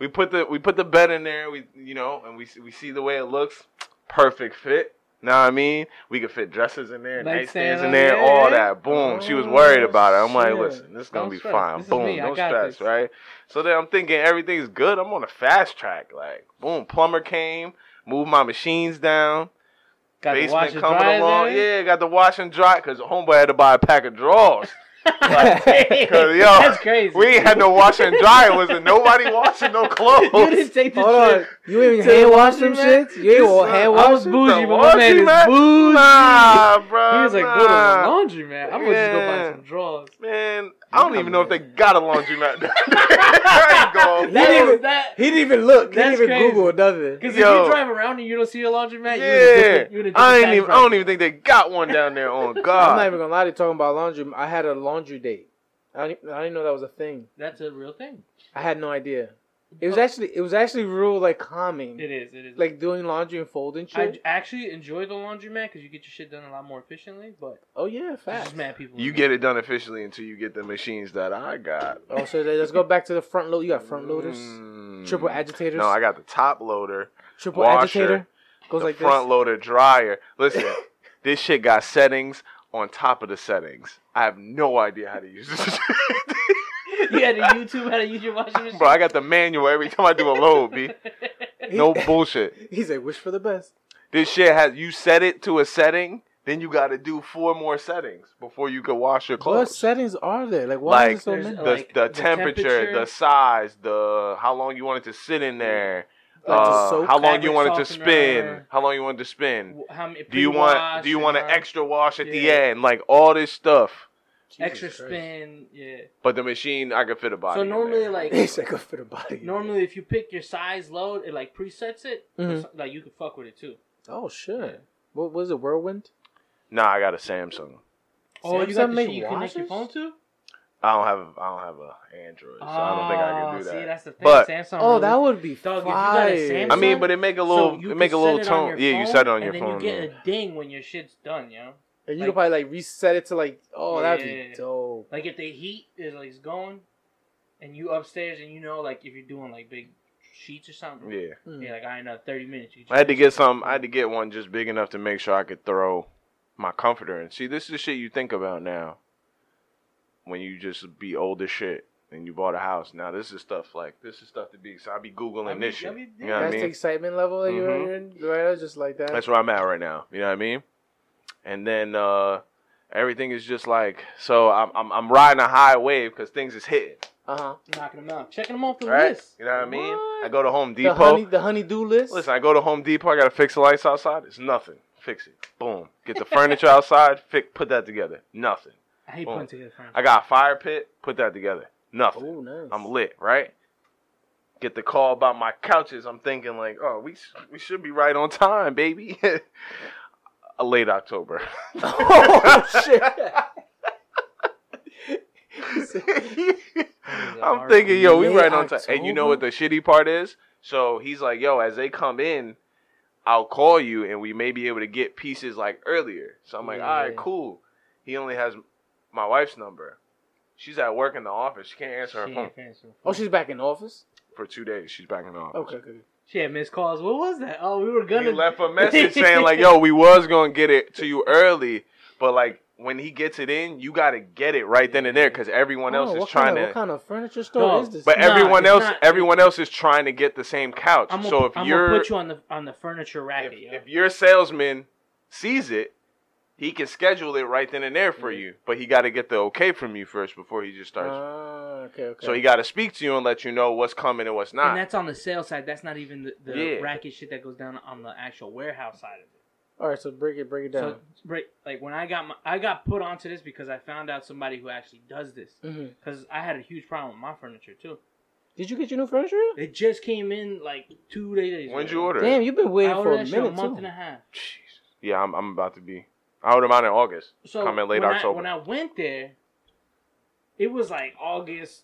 We put the we put the bed in there. We you know, and we we see the way it looks. Perfect fit. Know what I mean? We could fit dresses in there,
Nightstand
nightstands in
on
there,
there,
all
yeah.
that. Boom. she was
Oh,
worried about it. I'm like,
shit.
listen, this is gonna
Don't
be
stress.
fine.
This is
Boom.
me. I
No
got
stress,
this.
right? So then I'm thinking everything's good. I'm on a fast track. Like, boom. Plumber came, moved my machines down.
Got the
basement
washer
coming
dryer
along.
there?
Yeah, got the wash and dry because homeboy had to buy a pack of drawers.
Hey,
'Cause, yo,
that's crazy.
We ain't had no wash and dry. Wasn't nobody washing no clothes.
you didn't take this
Hold on.
shit.
You ain't
To
even hand
the
wash them
washing man?
shits? You ain't
This,
even
uh,
hand
I
wash
was
them?
bougie,
The
but my man
washing
is
mat?
bougie.
Nah, bro.
He was like,
nah.
go to the laundry man. I'm gonna just go
Yeah.
buy some drawers.
Man, I don't
Nah,
even know if they
man.
got a laundry mat. down there. I ain't going.
That
That
even-
is that.
He didn't even look. He didn't
That's
even
crazy.
Google nothing.
Because if
Yo.
you drive around and you don't see a laundromat, you in a
Yeah,
different- you in a different
I ain't
tax
even. I
bracket.
don't even think they got one down there. On
I'm not
God,
even gonna lie to you, talking about laundry. I had a laundry date. I didn't, I didn't know that was a thing.
That's a real thing.
I had no idea. It was actually it was actually real like calming,
It is. It is.
like doing laundry and folding shit.
I j- actually enjoy the laundromat because you get your shit done a lot more efficiently. But
oh yeah,
there's
facts.
just mad people.
you get it done officially until you get the machines that I got.
Oh, so let- let's go back to the front load. You got front loaders,
Mm.
triple agitators,
No, I got the top loader.
triple
washer,
agitator. Goes
the
like
front
this.
loader dryer. Listen, this shit got settings on top of the settings. I have no idea how to use this. shit.
you had a YouTube how to use your washing machine.
Bro, I got the manual every time I do a load, B. No
He-
bullshit.
He's like, wish for the best.
This shit has you set it to a setting, then you got to do four more settings before you can wash your
What
clothes.
settings are there? Like, why
Like,
is there so
there's
many?
The,
Like,
the,
the
temperature,
temperature.
the size, the how long you want it to sit in there,
Like the
uh,
soap?
how long you
fabric
want it to
softener.
spin, how long you want it to spin.
W- How many,
Do you want do you want an
an
extra wash at the
Yeah.
end? Like all this stuff.
extra
Jesus Christ.
spin? Yeah.
But the machine I could fit a body.
So
in
normally,
there.
like
He's like, good for the body.
normally, if you pick your size load, it like presets it. or
Mhm.
so- Like you can fuck with it too.
Oh shit. What was it? Whirlwind?
Nah, I got a Samsung.
Oh, you
Samsung
got the
make
shit you connect your
washers?
phone to?
I don't have I don't have a Android, so I don't think I
Oh,
can do
See,
that.
that's the thing.
But-
Samsung
Oh,
really-
that would be
Dog, if you got a
fire.
Samsung-
I mean, but it make a little
you
it make a
can
little
set it on
tone.
your
Yeah, you
phone,
set it on your
and
phone.
Then you
yeah.
get a ding when your shit's done, yo.
and you
like-
could probably like reset it to like, oh, that'd
Yeah.
be dope.
Like if the heat is like is going, and you upstairs and you know like if you're doing like big sheets or something.
Yeah.
Mm.
Yeah, like I ain't know thirty minutes. You
I had to get some I had to get one just big enough to make sure I could throw my comforter in. See, this is the shit you think about now. When you just be old as shit and you bought a house. Now this is stuff like this is stuff to be so I be Googling
I mean,
this
I
shit.
mean,
you know what I
That's
mean?
the excitement level that
Mhm.
you're in right now, just like that.
That's where I'm at right now. You know what I mean? And then uh, everything is just like so. I'm I'm, I'm riding a high wave because things is hitting.
uh huh.
knocking them out, checking them off the
Right?
list.
You know what I mean?
What?
I go to Home
The honey,
Depot.
the honey-do list.
Listen, I go to Home Depot. I gotta fix the lights outside. It's nothing. Fix it. Boom. Get the furniture outside. Fix. Put that together. Nothing.
I hate
Boom.
putting together friends.
I got a fire pit. Put that together. Nothing.
oh, nice.
I'm lit, right? Get the call about my couches. I'm thinking like, oh, we sh- we should be right on time, baby. Uh, Late October.
oh shit.
I'm thinking, yo, we
Late
right on time. And you know what
October?
the shitty part is? So he's like, yo, as they come in, I'll call you, and we may be able to get pieces like earlier. So I'm like, all right,
Yeah.
cool. He only has my wife's number. She's at work in the office. She can't answer her
she
phone
ain't answering her
Oh,
phone.
she's back in office.
for two days. She's back in the office.
Okay, good.
She had missed calls. What was that? Oh, we were
he
gonna.
left a message saying like, "Yo, we was gonna get it to you early, but like when he gets it in, you gotta get it right then and there because everyone else
Oh,
is
what
trying
kind of, What
to."
kind of furniture store
No,
is this?
But
Nah,
everyone
it's
else,
not-
everyone else is trying to get the same couch.
I'm gonna,
so if
I'm
your
gonna put you on the on the furniture racket.
if,
yo.
if your salesman sees it, He can schedule it right then and there for you, but he got to get the okay from you first before he just starts.
Uh,
Ah, okay, okay.
so he got to speak to you and let you know what's coming and what's not.
And that's on the sales side. That's not even the, the
Yeah.
racket shit that goes down on the actual warehouse side of it.
All right, so break it, break it down.
So, right, like when I got my, I got put onto this because I found out somebody who actually does this.
Mhm.
Because I had a huge problem with my furniture too.
Did you get your new furniture? in?
It just came in like two days.
When'd
ago.
you order? it?
Damn, you've been waiting
I
for
ordered
a
that shit a
minute
month
too.
and a half.
Jeez. Yeah, I'm, I'm about to be. I ordered mine in August.
So
Come in late
when
October.
I, when I went there, it was like August,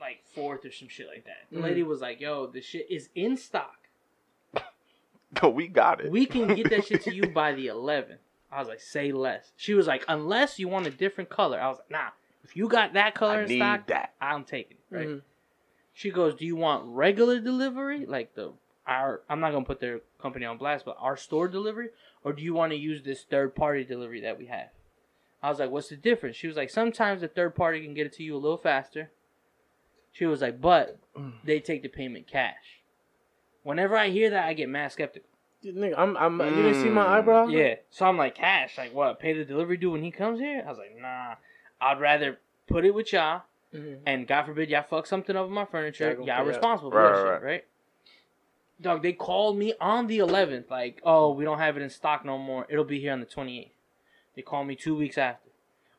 like fourth or some shit like that. The
Mhm.
lady was like, "Yo, this shit is in stock.
we got it.
We can get that shit to you by the 11th." I was like, "Say less." She was like, "Unless you want a different color." I was like, "Nah, if you got that color
I
in
need
stock,
that.
I'm taking it." Right?
Mhm.
She goes, "Do you want regular delivery, like the our? I'm not gonna put their company on blast, but our store delivery, or do you want to use this third party delivery that we have?" I was like, "What's the difference?" She was like, "Sometimes the third party can get it to you a little faster." She was like, "But
Mm.
they take the payment cash." Whenever I hear that, I get mad skeptical.
Nigga, I'm, I'm, You didn't see my
Mm.
eyebrow?
Yeah, so I'm like, "Cash? Like what? Pay the delivery dude when he comes here?" I was like, "Nah, I'd rather put it with y'all."
Mhm.
and God forbid y'all fuck something up with my furniture,
Y'all gonna
y'all
pay up.
responsible
Right,
for that
right,
shit, right? Dog, they called me on the 11th, like, oh, we don't have it in stock no more. It'll be here on the 28th. They called me two weeks after.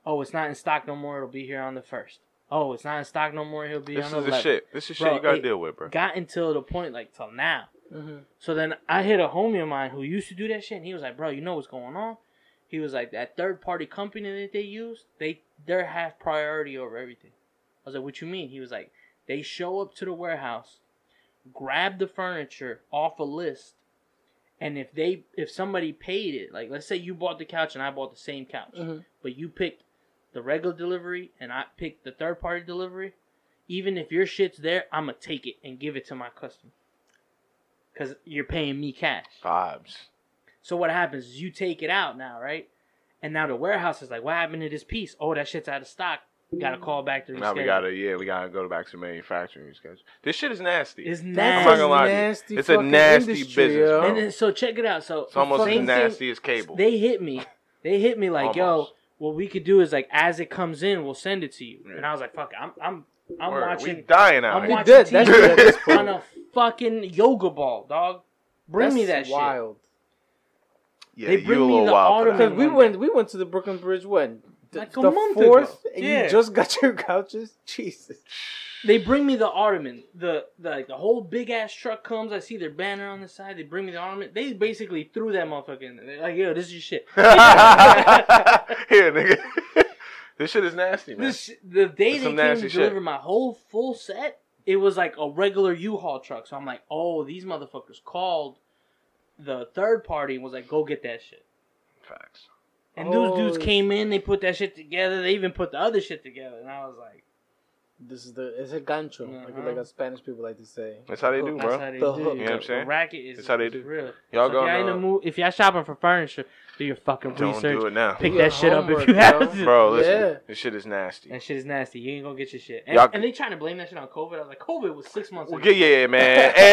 Oh, it's not in stock no more. It'll be here on the 1st. Oh, it's not in stock no more. He'll be
This
on
is
the
the
11th.
shit. This is shit
Bro,
you gotta
it-
deal with, bro.
Got until the point, like, till now.
Mhm.
So then I hit a homie of mine who used to do that shit, and he was like, "Bro, you know what's going on?" He was like, "That third party company that they use, they they're half priority over everything." I was like, "What you mean?" He was like, "They show up to the warehouse, grab the furniture off a list, and if they if somebody paid it, like let's say you bought the couch and I bought the same couch,
Mhm.
but you picked the regular delivery and I picked the third party delivery, even if your shit's there, I'm gonna take it and give it to my customer. Cause you're paying me cash.
Vibes.
So what happens is you take it out now, right? And now the warehouse is like, what happened to this piece? Oh, that shit's out of stock. We gotta call back to
Now we
reschedule.
gotta, yeah, we gotta go back to manufacturing schedule. This shit is nasty.
It's
I'm
That's
not
a
gonna
nasty.
lie to you.
nasty
It's a
fucking
nasty
industry,
business,
yo.
bro.
And then, so check it out. So
it's almost
same
as
thing-
nasty as cable.
They hit me. They hit me like, yo,
Almost.
what we could do is like, as it comes in, we'll send it to you.
Yeah.
And I was like, fuck, it, I'm, I'm, I'm
Word,
watching.
We dying out
I'm
here.
wa-
watching
dead. That's
TV
dead at this
on
point.
a fucking yoga ball, dog. Bring me that
That's
shit.
wild.
yeah,
they
you
bring
a
me
little
the
wild. for that.
Because
Ottoman.
we went, we went to the Brooklyn Bridge when the,
Like a
the
month ago.
fourth, and
Yeah.
you just got your couches. Jesus.
They bring me the ottoman. The, the like the whole big ass truck comes. I see their banner on the side. They bring me the ottoman. They basically threw that motherfucker in there. They're like, yo, this is your shit.
Here, nigga. this shit is nasty, man.
This the day
That's
they
some
came
nasty
to
shit.
deliver my whole full set, it was like a regular U-Haul truck. So I'm like, oh, these motherfuckers called the third party and was like, go get that shit.
Facts.
And
Oh.
those dudes came in, they put that shit together. They even put the other shit together, and I was like,
This is the it's a gancho,
Uh-huh.
like, like a Spanish people like to say.
That's how they do,
"That's
bro.
how they
The
do.
hook. You know
what I'm saying?
The racket is
That's how they
is
do.
Real.
Y'all
So if y'all in the
go.
mood, if y'all shopping for furniture, do your fucking
Don't
research.
do it now,
Pick
Do your
that shit up if
homework,
you have
bro.
to.
bro. Listen,
Yeah.
this shit is nasty.
That shit is nasty. You ain't gonna get your shit. And,
Y'all-
and they trying to blame that shit on COVID. I was like, COVID was six months ago.
Well, yeah, yeah, yeah, man. Everybody,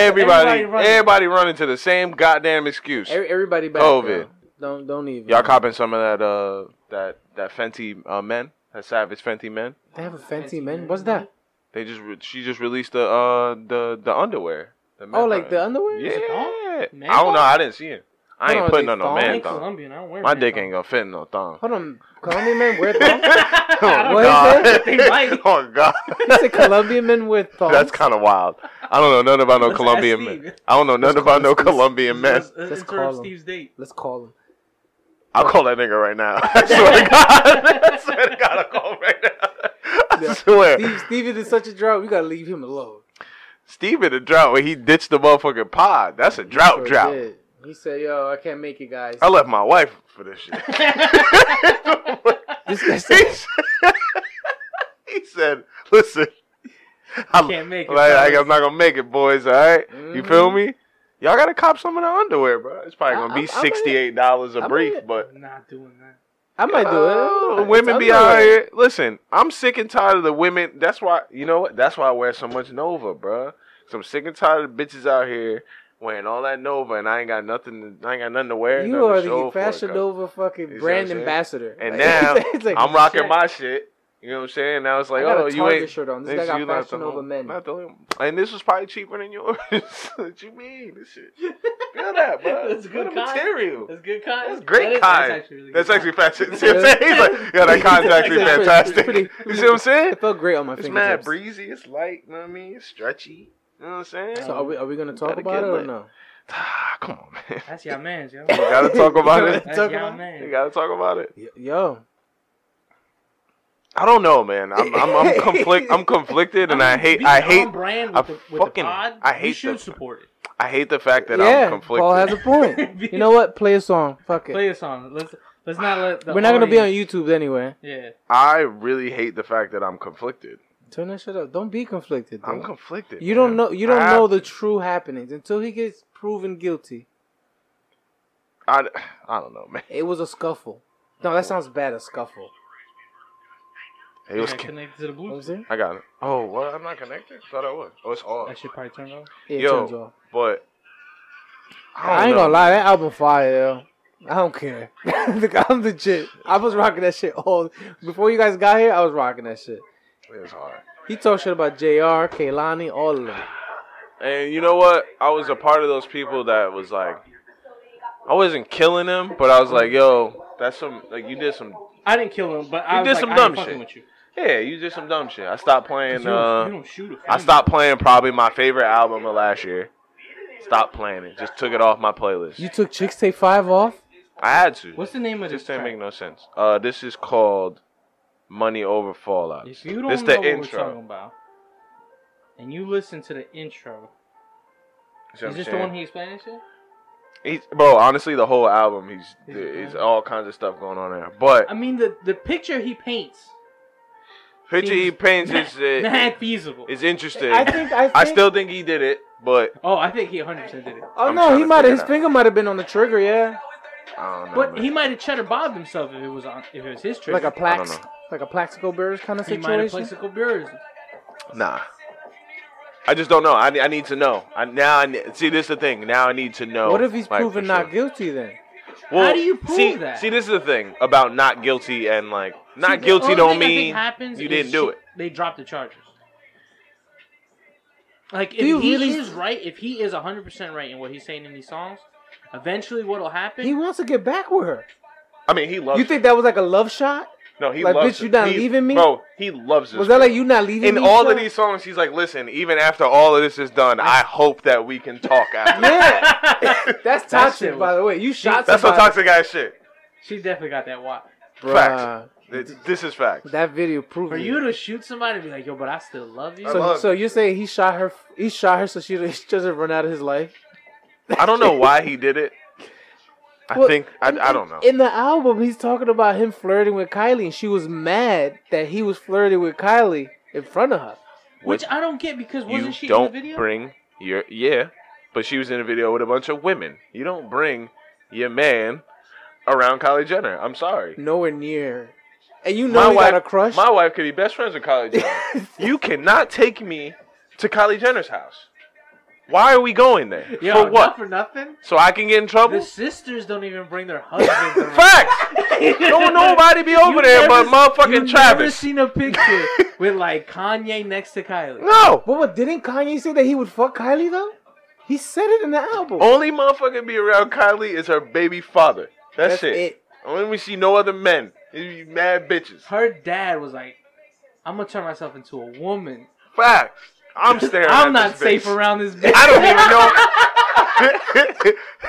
Everybody
everybody
running.
running. to the same goddamn excuse.
Every, everybody back.
COVID.
now. Don't don't even.
Y'all copping some of that, uh, that that Fenty uh, men, that Savage Fenty men.
They have a fancy man. What's that?
They just re- she just released the uh the the underwear. The men
Oh, like the
product.
underwear.
Yeah,
thong?
I don't know.
Man
I didn't see it. I
Hold
ain't
on,
putting
they
on no
thong?
I'm
man
in
thong.
Colombian. I don't wear
My
man
dick
thong.
ain't gonna fit in no thong.
Hold on, Colombian men wear thongs.
Oh
What is
god!
that?
They might.
oh god!
He said Colombian men wear thongs.
That's kind of wild. I don't know nothing about no
Let's ask
Colombian
Steve.
men. I don't know nothing about no
let's- let's-
Colombian men.
Let's, let's
Let's
interrupt
call him.
Steve's date.
Let's call him.
I'll call that nigga right now. I swear to God. I swear to God, I'll call him right now. I
Yeah.
swear.
Steve,
Steve,
Stevie is such a drought. We gotta leave him alone.
in a drought where he ditched the motherfucking pod. That's a drought
Sure
drought. Oh,
did. He said, "Yo, I can't make it, guys."
I left my wife for this shit.
This guy
he,
said,
said, he said, listen, I'm,
Can't make it,
like, like,
fellas.
I'm not going to make it, boys, all right? You feel
Mhm.
me? Y'all got to cop some of the underwear, bro. It's probably
I-
going to be
I'm- I'm in it.
$68 a
I'm in
brief,
it.
but
I'm not doing that.
"I might do it."
Oh,
It's
women be out
underwear.
here. Listen, I'm sick and tired of the women. That's why you know what? That's why I wear so much Nova, bruh. So I'm sick and tired of the bitches out here wearing all that Nova, and I ain't got nothing. I ain't got nothing to wear.
You
nothing to
are
show
the
for it,
Fashion
cuz-
Nova fucking
You see what I'm
brand
saying?
ambassador.
And
Like,
now
it's like,
I'm rocking
shit.
my shit. You know what I'm saying? Now it's
I
like,
got a
oh, you
Target
ain't.
shirt on. This
Nigga,
guy got
you not
Fashion
the
Nova
only-
men.
Not the only, and this was probably cheaper than yours. what you mean? This shit. Feel that, bro.
That's good
What a
con.
material.
That's good kind.
That's great kind.
That's actually really
That's
good
actually fantastic. See what I'm saying? He's like, yeah, that con's actually
It's pretty-
fantastic.
it's pretty-
you see what I'm saying?
It felt great on my
It's
fingertips.
mad breezy. It's light. You know what I mean? It's stretchy. You know what I'm saying?
So are we, are we gonna talk
Gotta
about
get
it or
lit.
no?
Ah, come on, man.
That's your man's, yo.
We gotta talk about it.
That's
Talk
your
about-
We
man.
gotta talk about it.
Y- Yo,
I don't know, man. I'm I'm, I'm conflict. I'm conflicted, and I hate
Be
I
on
hate
brand
I
with, the, with
fucking-
the pod.
I
You
hate
should
the-
support it.
I hate the fact that
yeah,
I'm conflicted.
Paul has a point. you know what? Play a song. Fuck it.
Play a song. Let's let's not let. The
We're not gonna be on
audience-
YouTube anyway.
Yeah.
I really hate the fact that I'm conflicted.
Turn that shit up. Don't be conflicted.
I'm
dude.
conflicted.
you don't
man.
know. You
I
don't
have-
know the true happenings until he gets proven guilty.
I, I don't know, man.
It was a scuffle. No, that sounds bad. A scuffle.
It was.
yeah,
ki-
connected to
You
the
know what I'm
Bluetooth.
saying?
I got it. Oh, what? I'm not connected. Thought I was. Oh, it's off.
That should probably turn off.
Yeah, it
Yo,
turns off.
But I, don't
I ain't
know.
gonna lie. That album fire. Yo. I don't care. Like, I'm legit. I was rocking that shit all before you guys got here. I was rocking that shit.
It was hard.
He talked shit about Jr. Kaylani, all of them.
And you know what? I was a part of those people that was like, I wasn't killing them, but I was like, yo, that's some like you did some.
I didn't kill him, but I
You
was
did
like,
some
I
dumb
ain't fucking
shit.
with you.
Yeah, you did some dumb shit. I stopped playing.
you, don't, you
Uh,
don't shoot a
I stopped playing probably my favorite album of last year. Stopped playing it. Just took it off my playlist.
You took Chicks Take Five off.
I had to.
What's the name of
This
this
didn't
track?
make no sense. Uh, this is called Money Over Fallout.
If you don't
This
know
the
what
intro.
we're talking about, and you listen to the intro,
You see what
is
I'm
this the
saying?
one he explained shit?
He's, bro, honestly, the whole album, he's
Is it
it's
bad?
all kinds of stuff going on there. But
I mean, the the picture he paints,
picture he E paints is uh,
mad feasible.
is interesting.
I think. I, think,
I still think he did it, but
Oh, I think he 100 percent did it.
Oh
I'm
no,
trying
he
to
might.
figure
His
it out.
finger might have been on the trigger. Yeah,
I don't know.
But
man.
he might have cheddar bobbed himself if it was on if it was his trick.
like a
I
plax,
don't know.
like a plaxico bears kind of
he might have
situation.
plaxical beers.
nah. I just don't know. I, ne- I need to know. I, now I ne- see. This is the thing. Now I need to know.
what if he's
like, for
proven
sure.
not guilty then?
Well,
How do you prove
see,
that?
See, this is the thing about not guilty and like
See,
not
the
guilty
only
don't
thing I think
mean
happens
you
is
didn't do
she-
it.
They dropped the charges. Like if
you
he
really-
is right, if he is 100 percent right in what he's saying in these songs, eventually what'll happen?
He wants to get back with her.
I mean, he loves.
You think that was like a love shot?
it. No, he
like,
loves.
bitch, you
it.
not
He-
leaving me?
Bro, he loves. this
Was that
girl.
like you not leaving?
in
me,
all
sir?
of these songs, he's like, "Listen, even after all of this is done, I hope that we can talk after." this."
Yeah, that's toxic.
shit was-
by the way, you shot.
That's some
somebody.
toxic ass shit.
she definitely got that watch.
Facts.
Bruh,
Th- This is facts.
that video proved
For
it.
you to shoot somebody and be like, "Yo, but I still love you."
I
So,
love
so you're saying he shot her? He shot her so she doesn't run out of his life.
I don't know why he did it. I
Well,
think I,
in-
I don't know.
In the album, he's talking about him flirting with Kylie, and she was mad that he was flirting with Kylie in front of her.
which I don't get because wasn't
You
she in the
don't
video?
bring your yeah, but she was in a video with a bunch of women. You don't bring your man around Kylie Jenner. I'm sorry.
Nowhere near. And you know he got a crush.
my wife could be best friends with Kylie Jenner. you cannot take me to Kylie Jenner's house. Why are we going there?
Yo,
For what?
Not for nothing.
So I can get in trouble?
The sisters don't even bring their husbands. around.
Facts. Don't nobody be over
You
there
never-
but motherfucking
you Never
Travis.
seen a picture with like Kanye next to Kylie.
No.
but what didn't Kanye say that he would fuck Kylie though? He said it in the album.
Only motherfucker be around Kylie is her baby father. That's,
That's
it.
it.
Only we see no other men. You mad bitches.
Her dad was like, "I'm gonna turn myself into a woman.
Facts. I'm staring.
I'm
at
not
this
safe
bitch.
around this bitch."
I don't even know.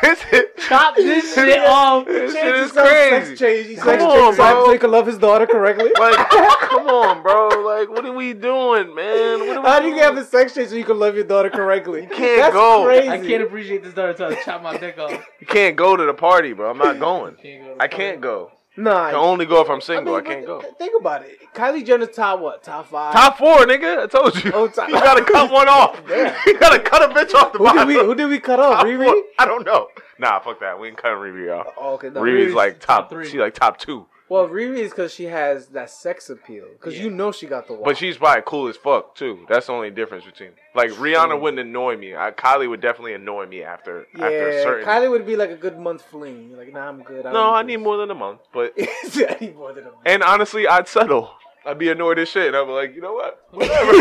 This-
Chop this shit off.
This shit
Changes
is
some sex
crazy.
change. He
Come
sex
on,
changes
bro.
so they can love his daughter correctly.
Like, come on, bro. Like, what are we doing, man? What are we
How do you
doing?
have a sex change so you can love your daughter correctly? You
can't
That's
go.
Crazy.
I can't appreciate this daughter until I chop my dick off.
You can't go to the party, bro. I'm not going.
Can't go to the
I can't go. I
Nah.
can only go if I'm
I
single. I,
mean,
can't go.
but Think about it. Kylie Jenner's top what? Top five.
Top four, nigga. I told you.
Oh, top-
You gotta cut one off. you gotta cut a bitch off the
Who did
bottom.
we? Who did we cut off?
Top four.
Riri.
I don't know. Nah, fuck that. We ain't cutting Riri off.
Oh, okay. No,
Riri's
Riri's-
like top.
top three.
She like top two.
Well, Riri is because she has that sex appeal. Because you know she got the walk.
But she's probably cool as fuck too. That's the only difference between. Like Rihanna wouldn't annoy me. I, Kylie would definitely annoy me after
yeah,
after a certain.
Kylie would be like a good month fling. You're like, nah, I'm good.
no,
don't
I
do
need
this.
more than a month. But
I need more than a month.
and honestly, I'd settle. I'd be annoyed as shit. And I'd be like, you know what? Whatever.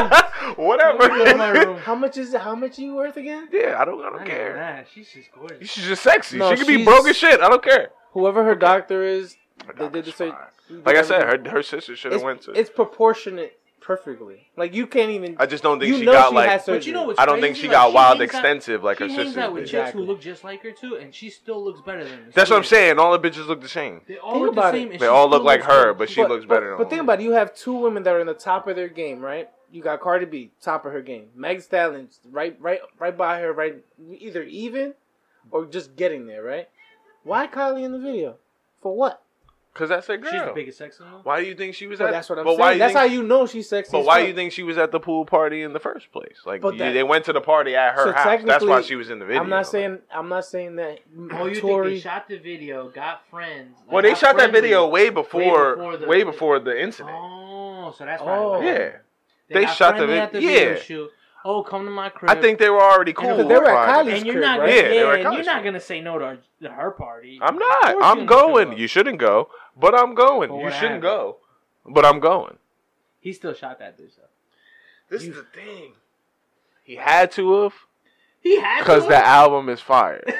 Go to my
Whatever.
room.
How much is it? How much are you worth again?
yeah, I don't. I don't
Nah,
care.
nah, she's just gorgeous.
She's just sexy.
No,
she could be
she's-
broke as shit. I don't care.
Whoever her doctor is, they did the
doctor's
surgery.
fine. Like I said, her her sister should have
it's,
went to.
it's proportionate perfectly. Like you can't even.
I just don't think
you
she
know
got
she
like.
has
But you know what's
I don't think
crazy?
she
Like,
got wild
hangs out-
extensive like her
She hangs
sisters
out with
did.
chicks who
Exactly.
look just like her too, and she still looks better than. them.
That's what I'm
She-
saying. All the bitches look the same.
They all
Think
look the
about it.
same. and
They
she
all look
still
like
looks
her,
good.
but she looks better.
But,
than
but
all
think
of
about it. You have two women that are in the top of their game, right? You got Cardi B, top of her game. Meg Stallions, right, right, right by her, right, either even or just getting there, right? Why Kylie in the video? For what?
Cause that's a girl.
She's the biggest sex symbol.
Why do you think she was
So
at?
that's what I'm
but
saying.
Why you
that's
think,
how you know she's sexy.
But
as
why
fuck.
do you think she was at the pool party in the first place? Like
But
you-
that-
they went to the party at her
So
house. That's why
technically,
she was in the video.
I'm not
Like,
saying. I'm not saying that.
Oh, you think
Tory.
they shot the video, got friends. like,
well, they
got
shot that
friendly.
video way before, way before
before
the,
the-
incident.
Oh, so that's
Oh.
why.
yeah, They
got
shot the
friendly
vid-
at the
yeah.
video shoot. Oh, come to my crib.
I think they were already cool.
But they were at
prior to
Kylie's
that.
And you're
crib, right?
not. Gonna,
Yeah,
yeah,
they were
and you're
college
not gonna say no to, our, to her party.
I'm
Of
not.
course
I'm
you're gonna show
going.
up.
You shouldn't go, but I'm going.
But
you
what
shouldn't
happened?
go, but I'm going.
He still shot that bitch. Though.
This is the thing. He had to have
He had
because
to.
the album is fired.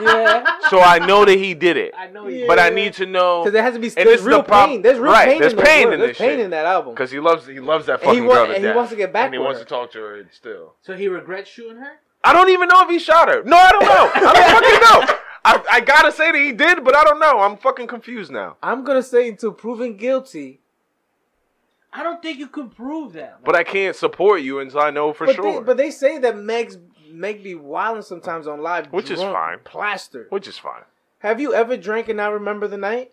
Yeah.
so I know that he did it,
I know.
Yeah.
He
but I need to know
Because there has to be
And this
there's
is
real
the prob-
pain. There's real
right,
pain.
there's
in those
pain in
words.
this
There's pain
shit.
in that album.
Because he loves he loves that
And he
fucking
wa-
girl to
and he
death.
wants to get back
And he
with
wants
her.
to talk to her still.
So he regrets shooting her.
I don't even know if he shot her. No, I don't know. I don't fucking know. I, I gotta say that he did, but I don't know. I'm fucking confused now.
I'm gonna say until proven guilty.
I don't think you could prove that.
But I can't support you until I know for
but
sure.
they, but they say that Meg's Meg be wilding sometimes on live,
Which is
drunk,
fine.
Plastered.
Which is fine.
Have you ever drank and not remember the night?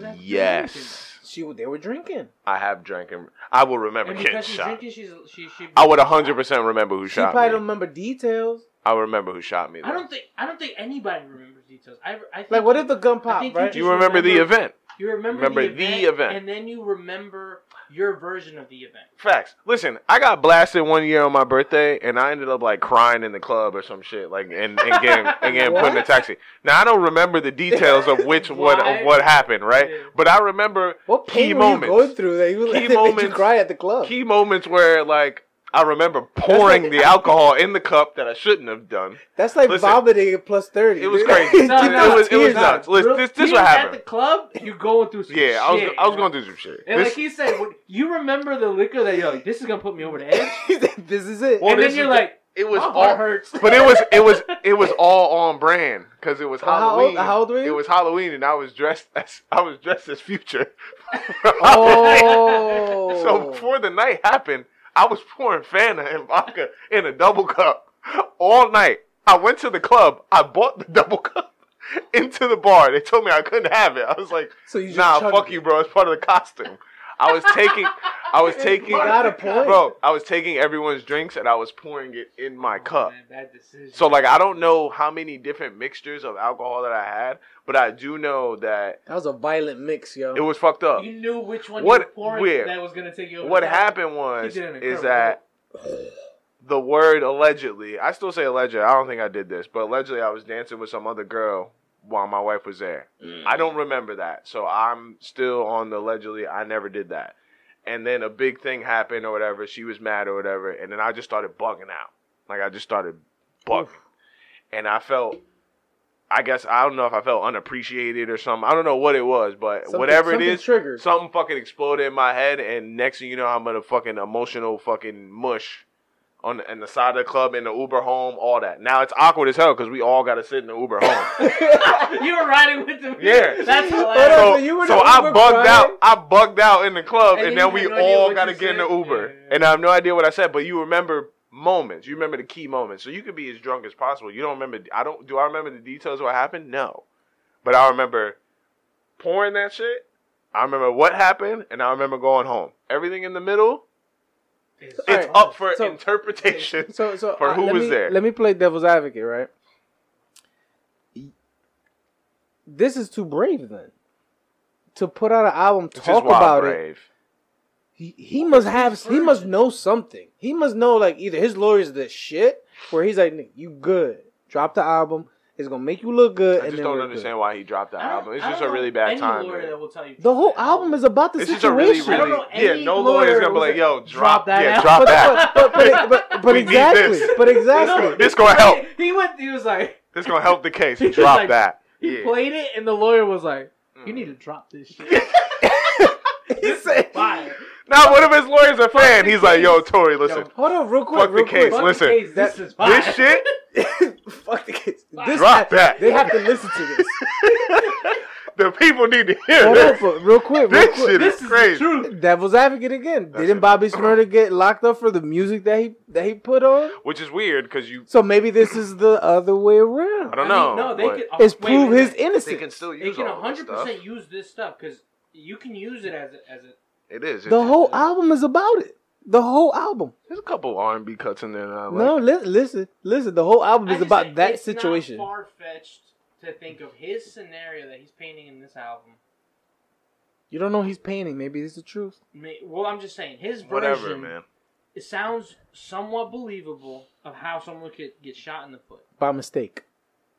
that
Yes,
She they were drinking.
I have drank and I will remember
and
getting
because she's
shot.
drinking, she's she she.
I would 100 percent remember who
She
shot
probably
me.
don't remember details.
I remember who shot me. Though.
I don't think I don't think anybody remembers details. I, I think
Like what if the gun
I
popped?
think you
Right?
just-
you remember, the
remember-
event.
you remember,
remember
the,
the
event,
event.
and then you remember your version of the event.
Facts. Listen, I got blasted one year on my birthday, and I ended up like crying in the club or some shit, like and and getting and getting put in a
What?
taxi. Now I don't remember the details of which what of
Why?
what happened, right?
Yeah.
But I remember
what pain
key
were
moments,
you going through that you,
Key
that made you
moments.
cry at the club?
key moments where like I remember pouring
like-
the alcohol in the cup that I shouldn't have done.
That's like
Listen,
vomiting at plus thirty.
It was
dude.
crazy.
No,
it,
no,
was it was
tears.
nuts. Listen,
Real-
this this
you
what
was
happened.
At the club, you're going through some
yeah, I was
shit,
I was
bro.
going to do some shit.
And
This-
like he said, when- you remember the liquor that you're like, this is gonna put me over the edge,
this is it.
Well,
and
this
then
is
you're
the-
like,
it was
my heart
all
hurts.
But it was it was it was all on brand because it was
Well, how old-
Halloween.
how old were you?
It was Halloween, and I was dressed as I was dressed as Future.
oh,
so before the night happened, I was pouring Fanta and vodka in a double cup all night. I went to the club. I bought the double cup into the bar. They told me I couldn't have it. I was like,
So you just
Nah,
chugged
fuck
it.
you, bro. It's part of the costume. I was taking. I was taking.
You got a point.
Bro, I was taking everyone's drinks and I was pouring it in my cup.
Oh, Man, bad decision.
So like I don't know how many different mixtures of alcohol that I had, but I do know that
that was a violent mix, yo.
it was fucked up.
you knew which one
uh, What-
you were pouring
where-
that was gonna take you over.
What
the edge.
happened was
He did an
is
incredible
that the word allegedly, I still say alleged. I don't think I did this, but allegedly I was dancing with some other girl while my wife was there.
Mm.
I don't remember that. So I'm still on the allegedly I never did that. And then a big thing happened or whatever. She was mad or whatever, and then I just started bugging out. Like I just started bugging. And I felt I guess I don't know if I felt unappreciated or something. I don't know what it was, but
Something-
whatever it
something
is,
triggered.
something fucking exploded in my head, and next thing you know, I'm in a fucking emotional fucking mush on the, in the side of the club, in the Uber home, all that. Now it's awkward as hell because we all got to sit in the Uber home.
you were riding with the
Yeah.
That's
Hold
hilarious.
on,
so
so you were
so
the
I
Uber
bugged
crying?
out. I bugged out in the club,
And
and,
you
then
had
we
no idea
all
what
got to
you
get in the
said?
Uber,
Yeah.
and I have no idea what I said, but you remember moments. You remember the key moments, so you could be as drunk as possible. You don't remember. I don't. Do I remember the details of what happened? No, but I remember pouring that shit. I remember what happened, and I remember going home. Everything in the middle. It's
Alright,
up for
so-
interpretation.
so, so
For
uh,
who
let
was
me-
there?
Let me play devil's advocate, right? this is too brave then. To put out an album,
It's
talk
just wild
about it.
brave.
He, he must have he must know something. He must know like either his lawyer's the shit, where he's like, "Nigga, you good. Drop the album. It's gonna make you look good.
I
and
just
then
don't
we're
understand why he dropped the
I don't-
album. It's
I
just
don't
a really
know any
bad time.
lawyer
man.
that will tell you
Good. The whole album is about the
It's just a
situation.
really,
I don't
really
know
yeah.
any
No lawyer's gonna be
lawyer
like, "Yo, drop,
drop that
yeah,
out."
drop
but,
that."
but, but, but, but,
We need
exactly,
this.
but
This
exactly.
gonna- this gonna help.
He went. He was like,
This gonna help the case.
He was
Drop
like-
that.
he
Yeah.
played it, and the lawyer was like, "You
Mm.
need to drop this shit."
He said,
Fire.
Now, what if his lawyer's a fan?
the
He's like,
case.
"Yo, Tori, listen,
"Hold on, real quick,
Fuck the
real
case,
quick.
Fuck the
listen,
case,
that-
this is fire.
this shit."
Fuck the kids.
Drop that.
They have to listen to this.
The people need to hear
Hold on,
this.
for, real quick, real
This
quick.
shit
This
is
is the
crazy.
truth.
Devil's advocate again.
That's
Didn't
it.
Bobby Smurda get locked up for the music that he that he put on?
Which is weird because you,
So maybe this is the other way
I
around.
don't
I
know.
mean, no, they
but
could uh,
It's
wait a
prove his
minute.
They
innocence.
can still
They
use
can
all this stuff.
100% use this stuff because you can use it as a, as a
It is.
the
It's-
whole album is about it. The whole album.
There's a couple R and B cuts in there. That I like.
no, li- listen, listen. The whole album
I
is
just
about
think
that
it's
situation.
Not far-fetched to think of his scenario that he's painting in this album.
You don't know he's painting. Maybe it's the truth.
May- Well, I'm just saying his version.
whatever, man.
It sounds somewhat believable of how someone could get shot in the foot
By mistake.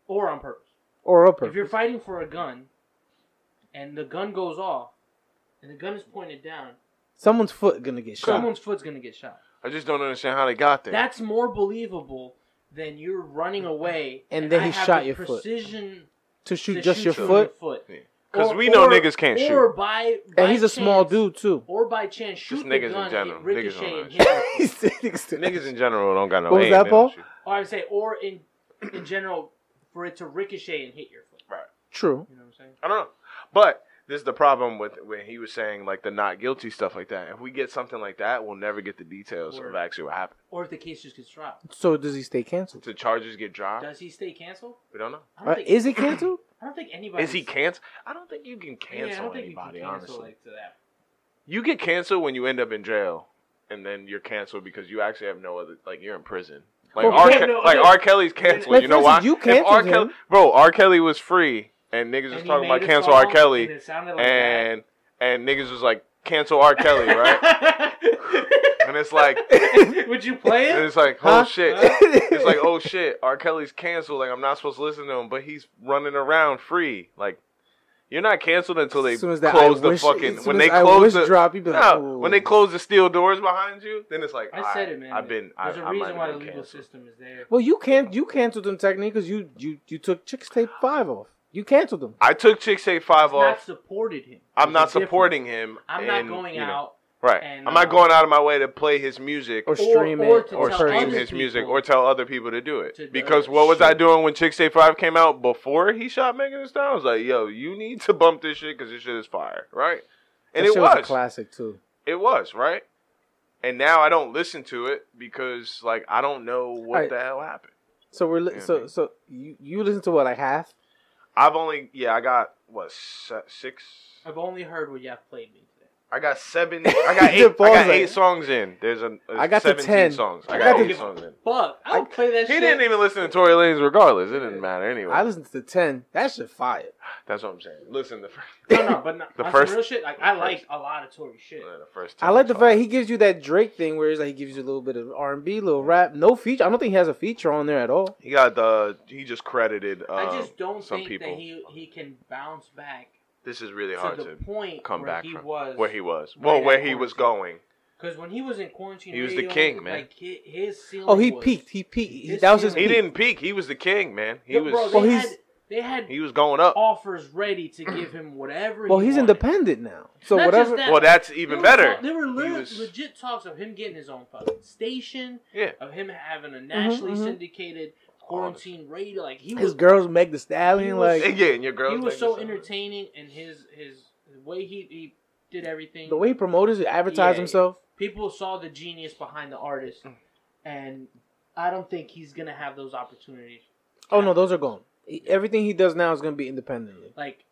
or on purpose.
Or upper.
If you're fighting for a gun, and the gun goes off, and the gun is pointed down,
Someone's foot gonna get shot.
someone's foot's gonna get shot.
I just don't understand how they got there.
That's more believable than you're running
Mm-hmm.
away
And then
I
he
have
shot
the
your foot.
precision
to shoot
to
just your
you in
foot.
Because
Or-
we know
or-
niggas can't
Or
shoot.
by, by
And he's a small
chance-
dude too.
Or by chance, shoot the
niggas in
gun,
general.
it
Niggas don't
ricochet
know
and hit. your foot.
Niggas in general don't got no
What was
aim.
that,
they
Paul?
don't shoot.
Or I would say, or in in general, for it to ricochet and hit your foot.
True.
You know what I'm saying?
I don't know. But this is the problem with when he was saying like the not guilty stuff like that. If we get something like that, we'll never get the details of
Word.
actually what happened.
Or if the case just gets dropped,
So does he stay canceled?
Do the charges get dropped?
does he stay canceled?
We don't know.
I don't
Uh,
think.
is he canceled?
I don't think anybody.
Is he canceled? I don't think you can cancel
yeah, I don't think
anybody.
you can cancel
honestly,
like to that.
you get canceled when you end up in jail, and then you're canceled because you actually have no other. Like you're in prison. Like
Well,
R.
yeah,
Ke-
no,
like
okay.
R. Kelly's canceled.
Like,
you know
for
why?
instance, you
If R.
canceled
Kelly,
him.
bro, R. Kelly was free, and niggas was
And he
talking about
made a
cancel R.
song,
Kelly.
And it sounded like
and and niggas was like cancel R. Kelly, right? and it's like
right? Would you play
and
it?
it's like oh
Huh?
shit.
Huh?
It's like oh shit, R. Kelly's canceled. Like I'm not supposed to listen to him, but he's running around free. Like you're not canceled until they
As soon as that
close
I
the
wish-
fucking
as soon
when
as
they
I
close
wish
the
drop, you'd be like,
no, when they
"Ooh."
close the steel doors behind you, then it's like
I
alright,
said it, man.
I've been I,
There's
I
a
might
reason
have
why the
been
legal
canceled.
system is there.
Well, you can't. You canceled him technically because you you you took Chicks Tape Five off. You canceled him.
I took Chick Say Five
It's not
off.
supported him.
I'm
There's
not
a difference.
supporting him.
I'm
and,
not going
you know,
out
Right.
and,
I'm not
uh,
going out of my way to play his music
Or stream
or
it.
to
or
tell
stream
other
his music
people
or tell other people to do it.
to do
because
it.
what was I
Shit.
doing when Chick Say Five came out before he shot Megan Thee Stallion? I was like, yo, you need to bump this shit because this shit is fire, right? And
That
it
shit
was,
a classic too.
it was right. And now I don't listen to it because like I don't know what
Alright.
the hell happened.
So we're li-
Yeah,
so
man.
so you you listen to what like half.
I've only yeah I got what se- six.
I've only heard what y'all played me today.
I got seven. I got eight. I
Paul's
got
like-
eight songs in. There's a
I got to
17
10.
songs. I
I
got
got to-
eight songs in.
Fuck, I would play that
He
shit.
didn't even listen to Tory Lanez regardless. It didn't matter anyway.
I listened to ten. That shit fire.
That's what I'm saying. Listen, the first,
No, no, but no,
The
on
first-
some real shit. Like I
the
like a lot of Tory shit.
uh, the first
I like the
ten songs.
fact he gives you that Drake thing where he's like he gives you a little bit of R and B, little rap, no feature. I don't think he has a feature on there at all.
He got the. He just credited. Uh,
I just don't
some
think
people.
that he he can bounce back
this is really
to
hard
the
to
point
come
where
back
he
from
was
where he was.
right
Well, where
at
he was
quarantine.
going.
Because when he was in quarantine,
He was the
radio,
king, man.
Like hi- his ceiling.
Oh, he
was,
peaked. He peaked. He,
His
that was his.
ceiling-
He
peak.
didn't peak. He was the king, man. He
Yeah,
was.
Bro, they
Well, he's-
had, they had
he was going up.
offers ready to give him whatever.
Well,
he
he's
wanted.
independent now. So
Not just
whatever.
that,
Well, that's
There
even
were
better.
talk- there were
He
le-
was-
legit talks of him getting his own fucking station,
Yeah.
of him having a nationally
mhm.
syndicated quarantine radio. Like he
His
was,
girls Meg the Stallion,
He was-
And
like
yeah, and your girl.
he was so entertaining, and his his the way he he did everything.
the way he promoted, he advertised
Yeah.
himself.
people saw the genius behind the artist,
Mm.
and I don't think he's gonna have those opportunities.
Oh no, those are gone. He- Everything he does now is gonna be independently.
Like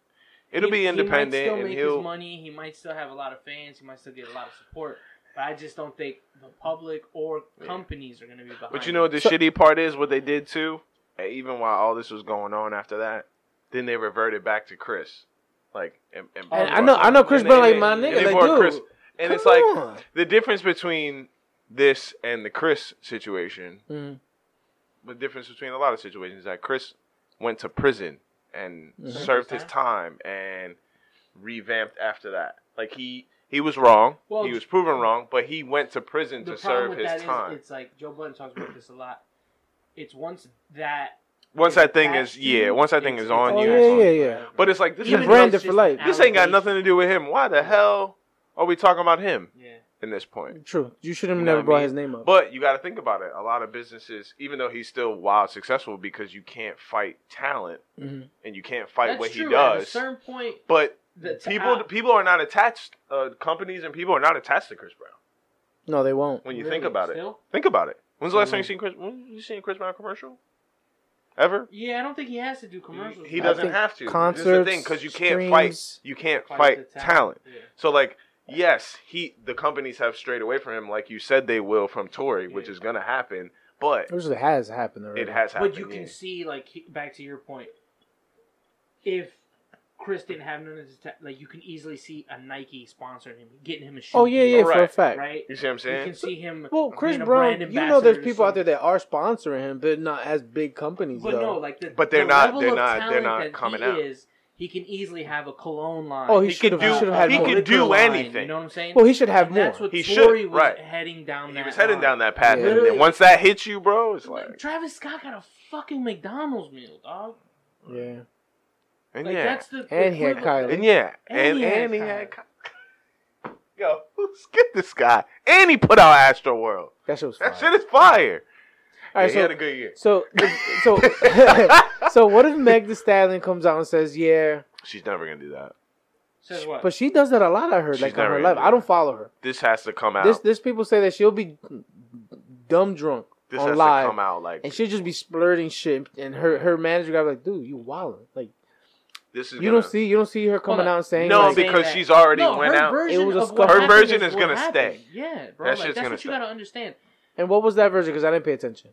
It'll
he-
be
He might still
independent, and
make
he'll.
his money. He might still have a lot of fans. He might still get a lot of support. But I just don't think the public or
Yeah.
companies are gonna be behind.
But you know what the
So-
shitty part is? What they did too, even while all this was going on after that, Then they reverted back to Chris. Like, and, and
And I know, I know Chris
and
Brown
they-
like
they-
my
and
nigga,
they
like
brought
dude.
Chris- and it's
come
like
on.
the difference between this and the Chris situation.
Mhm.
The difference between a lot of situations is that Chris went to prison and
Mm-hmm.
served his time and revamped after that. Like he he was wrong.
Well,
he was proven wrong, but he went to prison to serve his
that is,
time.
it's like Joe Budden talks about this a lot. It's once that
once that thing is
past
yeah,
you,
once that thing
it's-
is
it's
on
Oh,
you.
yeah,
it's on
yeah,
you.
yeah.
But it's like this
You
ain't
brand
got-
it for life.
this ain't got nothing to do with him. Why the hell are we talking about him
Yeah.
in this point?
True. You should have
You know
never
what I
brought
mean?
his name up.
But you got to think about it. A lot of businesses, even though he's still wild successful, because you can't fight talent
Mhm.
and you can't fight
That's
what
true.
he
At a
does.
certain point,
But
the ta-
people, people are not attached. Uh, companies and people are not attached to Chris Brown.
No, they won't.
When you
Really?
think about it,
Still? Mm-hmm.
think about it. When's the last time you seen Chris? When you seen a Chris Brown commercial? Ever?
yeah, I don't think he has to do commercials.
He
I
doesn't
think
have to. Concerts, this is the
concerts,
thing because you can't fight.
streams,
You can't
fight
fight
the
talent.
talent. Yeah.
So like, yes, he the companies have strayed away from him, like you said they will from Tory, which
Yeah.
is gonna happen. But
It usually has happened already.
it has happened.
But you can
yeah.
see, like, he- back to your point, if Chris didn't have none of this, ta- like, you can easily see a Nike sponsoring him, getting him a shoe.
Oh yeah, yeah,
deal,
for a
Right,
fact.
Right?
You see what I'm
You can
saying?
see him.
Well, Chris
being a
Brown,
brand
you know, there's
ambassador to
people out there
something.
that uh, are sponsoring him, but not as big companies
But
though.
no, like the,
But they're
the
not-
level
they're
of
not- they're
talent
not
that
coming
he
out.
Is, he can easily have a cologne line.
oh, he,
he
should have
could do-
should have had
he
more.
could do
Liquor line,
anything.
You know what I'm saying?
well, he should have
And
more.
that's what
He
Tory
should,
was
right.
heading down.
He
that
was heading
line.
down that path, and
Yeah.
then
Literally.
once that hits you, bro, it's
Like,
like,
Travis Scott got a fucking McDonald's meal, dog.
yeah.
and
Like
yeah,
that's the
And he had
equivalent.
Kylie.
and yeah, and
And he had
and he
Kanye.
had. Ka- Yo, get this guy, and he put out Astro World.
That shit was fire.
That shit is fire.
All right,
yeah,
so
he had a good year.
So, so, so, what if Meg The Stallion comes out and says, "Yeah,"
She's never gonna do that.
Says what?
but she does that a lot. I heard,
She's
like on
never
her
gonna
live.
do
I
that.
don't follow her.
This has to come out.
This,
This,
this people say that she'll be dumb drunk
has
on live,
to come out. Like
and she'll just be splurting shit. And her, her manager got like, "Dude, you wildin'." Like
this is
you
gonna,
don't see, you don't see her coming
Hold on.
out and saying,
No,
like,
saying
because
that.
she's already went
her
out.
Version
It was a
of
scuff.
what
Her
happened
version is
what
gonna
happened.
stay.
Yeah, bro.
That shit's
like, that's
gonna
what you
stay.
gotta understand.
And what was that version? Because I didn't pay attention.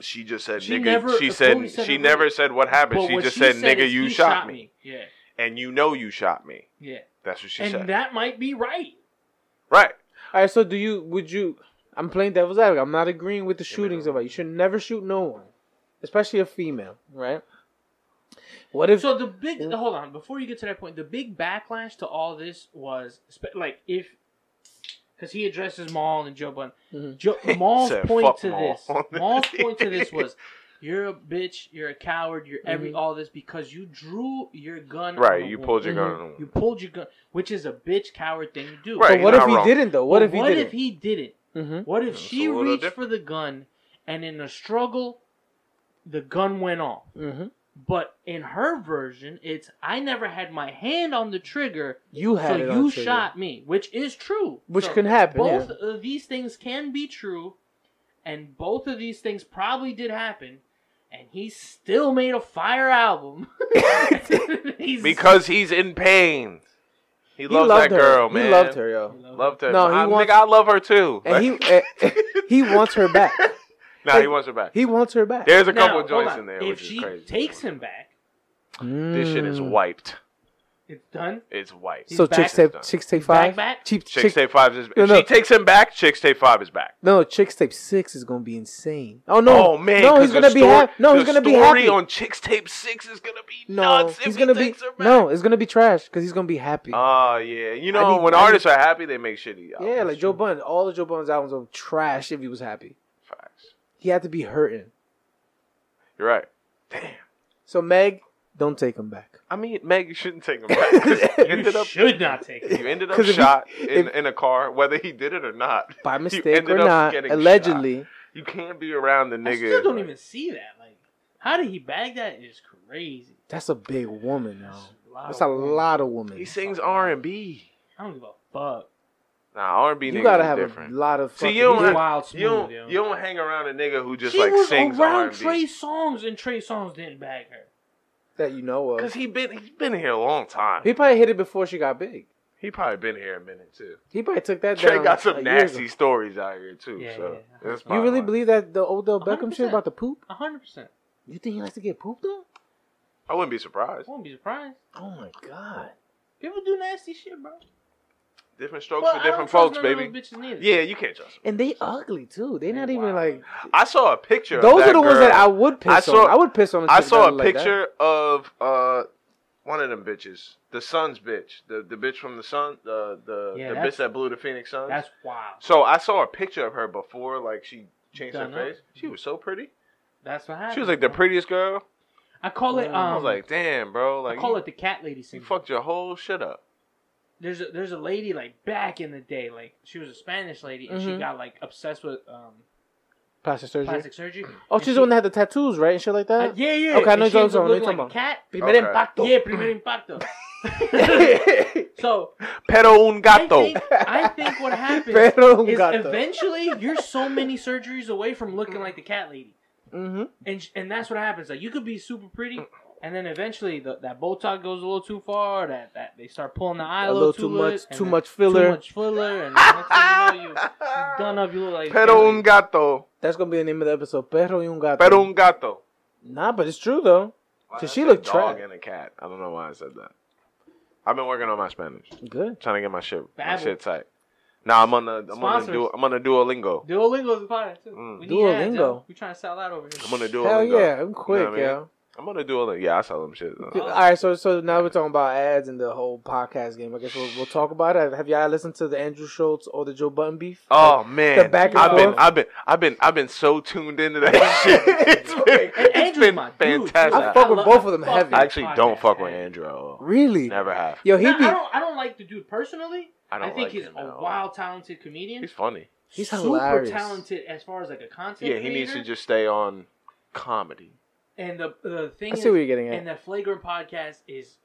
She just said
She
nigga.
never-
she
the
said
police said
she
it
never
was-
said what happened.
But
she
what
just said, nigga,
is
you
he
shot, me.
Yeah,
and you know you shot me.
yeah.
That's what she
and
said.
that might be right.
right?
All right, so do you? Would you? I'm playing devil's advocate. I'm not agreeing with the
me
shootings
know.
of it. You should never shoot no one, especially a female, right? What if?
So the big hold on before you get to that point, the big backlash to all this was spe- like if because he addresses Maul and Joe Budden.
Mhm.
Joe, Maul's
Said,
point
"Fuck
to
Maul."
this, Maul's point to this was, "You're a bitch. You're a coward. You're every
Mhm.
all this because you drew your gun. on
Mm-hmm. Right.
a
You
woman.
pulled your gun.
Mhm.
on
You
him.
pulled your gun, which is a bitch coward thing to do.
Right,
but
he's
what if
not
he
wrong.
didn't though? What
But
if he
what
didn't?
if he didn't?
hmm
What if
That's
she
a little
reached
different.
for the gun, and in the struggle, the gun went off?
hmm
But in her version, it's I never had my hand on the trigger,
You
so
had it.
you
on trigger.
shot me, which is true.
which
So
can happen.
both
yeah.
of these things can be true, and both of these things probably did happen. And he still made a fire album He's-
Because he's in pain. He,
He
loves
loved
that
her.
girl, man.
He loved her, yo.
Loved her.
No, he
I,
wants-
nigga, I love her too.
And he eh, eh, he wants her back.
nah, he wants her back.
He wants her back.
There's a
Now,
couple
hold
of joints
on.
in there,
If
which
she
is crazy.
takes him back,
this shit is
Mm.
wiped.
it's done.
It's wiped.
He's
So
back.
chicks tape, chicks tape
back,
five,
back?
Cheap,
Chicks
chick,
Take Five is.
No,
if
no.
She takes him back. Chicks Take Five is back.
no, chicks tape six is gonna be insane. Oh no,
Oh man!
no,
'cause
he's
the
gonna be
story-
happy. No, he's
the
gonna be
story
happy.
on Chicks Tape Six is gonna be
no,
nuts.
he's
if
gonna
he
be
takes her back.
no, it's gonna be trash because he's gonna be happy.
Oh yeah, you know
need-
when
I need-
artists are happy, they make shitty. albums.
yeah, like Joe Budden, all of Joe Budden's albums were trash if he was happy.
Facts.
He had to be hurting.
You're right. Damn.
So Meg, don't take him back.
I mean, Meg, you shouldn't take him back. 'cause You
You
ended up,
should not take him.
you ended up
'Cause if he-
shot in,
if-
in a car, whether he did it or not.
By
You
mistake
ended
or
up
not,
getting
allegedly.
shot. you can't be around the nigga.
I still don't
like-
even see that. Like, how did he bag that? Is crazy.
That's a big woman, yo.
lot
That's a
of women.
lot of women.
He sings R and B.
I don't give a fuck.
Nah, R and B
You
niggas
gotta
is
have
different.
a lot of.
See,
Fucking,
you don't
He's
have-
wild
you don't,
smooth. yo.
you don't hang around a nigga who just
she
like
was
sings R
around
and
Trey
B.
Songs, and Trey Songs didn't bag her.
that you know
Cause
of.
he been he's been here a long time.
He probably hit it before she got big.
He probably been here a minute too.
He probably took that.
Trey
down
got some
a year ago.
nasty stories out here too.
Yeah,
so
yeah.
that's
You
You
probably
really
why.
believe that the Odell Beckham shit
100%.
about the poop?
A hundred percent.
You think he likes to get pooped on?
I wouldn't be surprised.
I won't be surprised.
Oh my god.
People do nasty shit, bro.
Different strokes
But I
for
don't
different
trust
folks,
none of
baby.
those bitches neither.
Yeah, you can't trust. Them.
And they ugly too. They not even
Wow.
like.
I saw a picture. of
Those are
that
the ones
girl.
that I would piss
I saw-
on. I would piss on.
I
chick
saw a
that look like that.
picture of uh one of them bitches, the Suns bitch, the the bitch from the Sun, the the,
Yeah,
the
that's-
bitch that blew the Phoenix Suns.
That's wild.
So I saw a picture of her before, like she changed her
Done up.
face. She was so pretty.
That's what happened.
She was like the
bro.
prettiest girl.
I call it. Um,
I was like, damn, bro, like
I call
you,
it the cat lady
you
syndrome.
fucked your whole shit up.
There's a, there's a lady like back in the day, like she was a Spanish lady, and she
Mhm.
got like obsessed with um
Plastic surgery.
plastic surgery.
Oh,
And
she's
she-
the one that had the tattoos, right, and shit like that.
Uh, yeah, yeah.
Okay, I know
And she
those
ended
one.
up
What
looking
you
like a
talking
cat.
Primer
Okay.
impacto.
Yeah, primer impacto. so
Pero un
I
gato.
think, I think what happened
Pero un
is
gato.
eventually you're so many surgeries away from looking like the cat lady,
hmm
and sh- and that's what happens. Like you could be super pretty. And then eventually the, that Botox goes a little too far. That, that they start pulling the eye
A little too
lit,
much,
and
too
then
much filler.
Too much filler, and the next thing you know, you, you done up. You look like
Pero un gato.
That's gonna be the name of the episode. Perro y un gato.
Pero un gato.
Nah, but it's true though. So she looked
dog
trash.
and a cat. I don't know why I said that. I've been working on my Spanish,
Good.
trying to get my shit, my
Babble.
shit tight. Now I'm on the I'm on the,
Sponsors.
du- I'm on the Duolingo.
Duolingo is fire too.
Mm.
We need ads,
Duolingo.
yo. we trying to sell out over here.
I'm on the Duolingo.
Hell yeah, I'm
You
quick,
know what I
yo.
I'm on the Duolingo. Yeah, I sell them shit.
Yeah.
All right, so so now we're talking about ads and the whole podcast game. I guess we'll, we'll talk about it. Have y'all listened to the Andrew Schultz or the Joe Button beef?
Oh man,
the back and
I've been
forth.
I've been I've been I've been so tuned into that shit. It's been,
And
it's
Andrew's
been
my dude, too.
fantastic.
I fuck with
love-
both of them
I fuck
heavy.
with
I
his
actually don't
podcast,
fuck with
man.
Andrew. at all.
really?
Never have.
Yo,
Nah,
he be
I don't. I don't like the dude personally.
I
I,
don't
think
like
he's
him at
a
all.
wild, talented comedian.
He's funny.
He's
super
hilarious.
talented as far as like a content.
Yeah, he needs to
creator.
just stay on comedy.
And the the thing
I
is,
see what you're getting at,
and the flagrant podcast is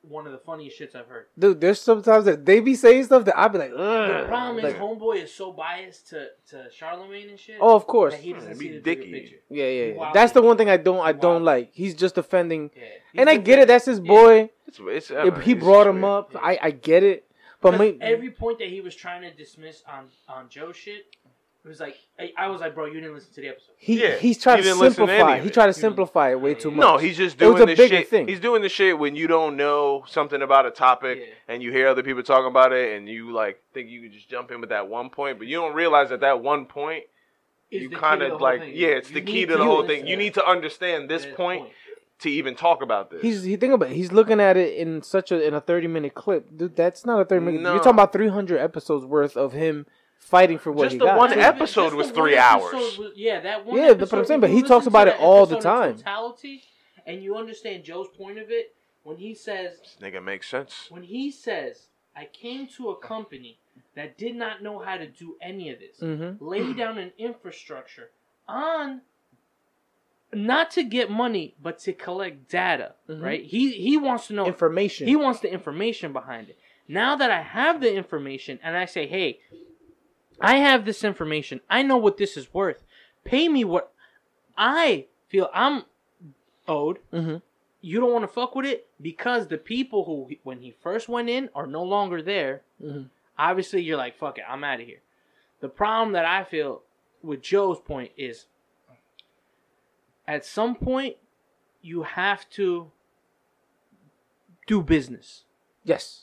one of the funniest shits I've heard.
dude. There's sometimes that they be saying stuff that I be like,
The
Ugh.
problem is,
like,
homeboy is so biased to to Charlemagne and shit.
oh, of course.
that he doesn't
It'd
see
be
the bigger
dicky.
picture.
Yeah, yeah, yeah.
Wow.
That's the one thing I don't, I
Wow.
don't like. He's just defending,
Yeah, He's
and I get it.
different.
That's his
Yeah.
boy.
It's, it's,
If he brought him up.
Yeah.
I, I get it. But
'Cause
my,
every point that he was trying to dismiss on on Joe shit, it was like I, I was like, bro, you didn't listen to the episode.
he,
Yeah,
he's trying
he
to
didn't listen to any
simplify.
of
he
it.
tried to
Mm.
simplify it way too
Yeah.
much.
No, he's just
It was
doing
a
the
bigger
shit.
thing.
He's doing the shit when you don't know something about a topic
Yeah.
and you hear other people talking about it and you like think you could just jump in with that one point, but you don't realize that that one point
Is
you
the key
kind
to the
of
whole
like
thing.
yeah, it's
You
the
need
key to
to
the whole
listen
thing. You need to understand this
that
point to even talk about this.
He's he think about it. He's looking at it in such a in a thirty minute clip, dude. That's not a thirty minute.
No.
You're talking about three hundred episodes worth of him fighting for what
Just
he
the
got.
one
too.
ep- episode
Just the
was
one
three
episode
hours.
was- yeah, that one.
Yeah, that's what I'm
episode,
saying,
if
but
you
he
listen
talks
to
about
that
it all the
episode in
time.
Totality, and you understand Joe's point of it when he says
this nigga makes sense.
when he says I came to a company that did not know how to do any of this,
Mhm.
lay down an infrastructure on not to get money but to collect data.
Mhm.
Right? He he wants to know
information.
he wants the information behind it. Now that I have the information and I say, hey, I have this information. I know what this is worth. Pay me what I feel I'm owed.
Mhm.
You don't want to fuck with it because the people who, when he first went in, are no longer there.
Mhm.
Obviously, you're like, fuck it, I'm out of here. The problem that I feel with Joe's point is at some point, you have to do business
yes,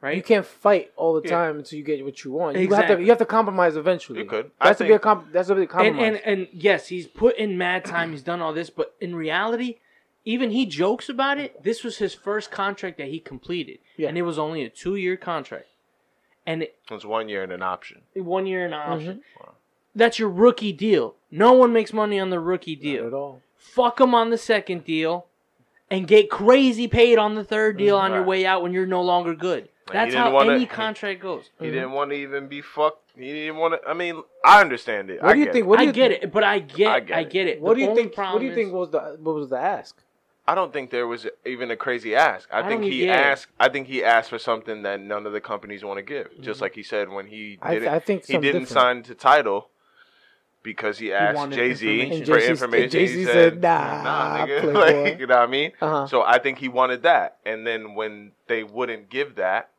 right?
you can't fight all the
Yeah.
time until you get what you want. You have to
Exactly.
you have to compromise eventually.
You could. I
That's to be a
think-
comp- that's a big
and,
compromise.
and and yes, he's put in mad time. He's done all this, but in reality, even he jokes about it. This was his first contract that he completed,
Yeah.
and it was only a two-year contract, and it,
It's one year and an option.
one year in
Mm-hmm.
option. That's your rookie deal. No one makes money on the rookie
Not
deal.
at all.
Fuck him on the second deal, and get crazy paid on the third deal on your
Right.
way out when you're no longer good.
he
That's
didn't
how
wanna-
any contract goes.
He didn't want to even be fucked. He didn't want to. I mean, I understand it.
What
I
do you
get
think?
it.
What do
I
you
get it, but I get
I
I
get
get,
it.
it.
What
The
do you
only
think? What
problem
do you
is-
think was the what was the ask?
I don't think there was even a crazy ask. I,
I
think
don't-
he
yeah.
asked. I think he asked for something that none of the companies want to give. Just like he said when he
Mm-hmm. I,
didn't,
I think
he
something
didn't
different.
sign to title because he asked
wanted
Jay Z
information.
And
for
Jay-Z
information.
Jay
He
Z said, "Nah,
nah, nigga."
playboy."
Like, you know what I mean?
Uh-huh.
So I think he wanted that. And then when they wouldn't give that,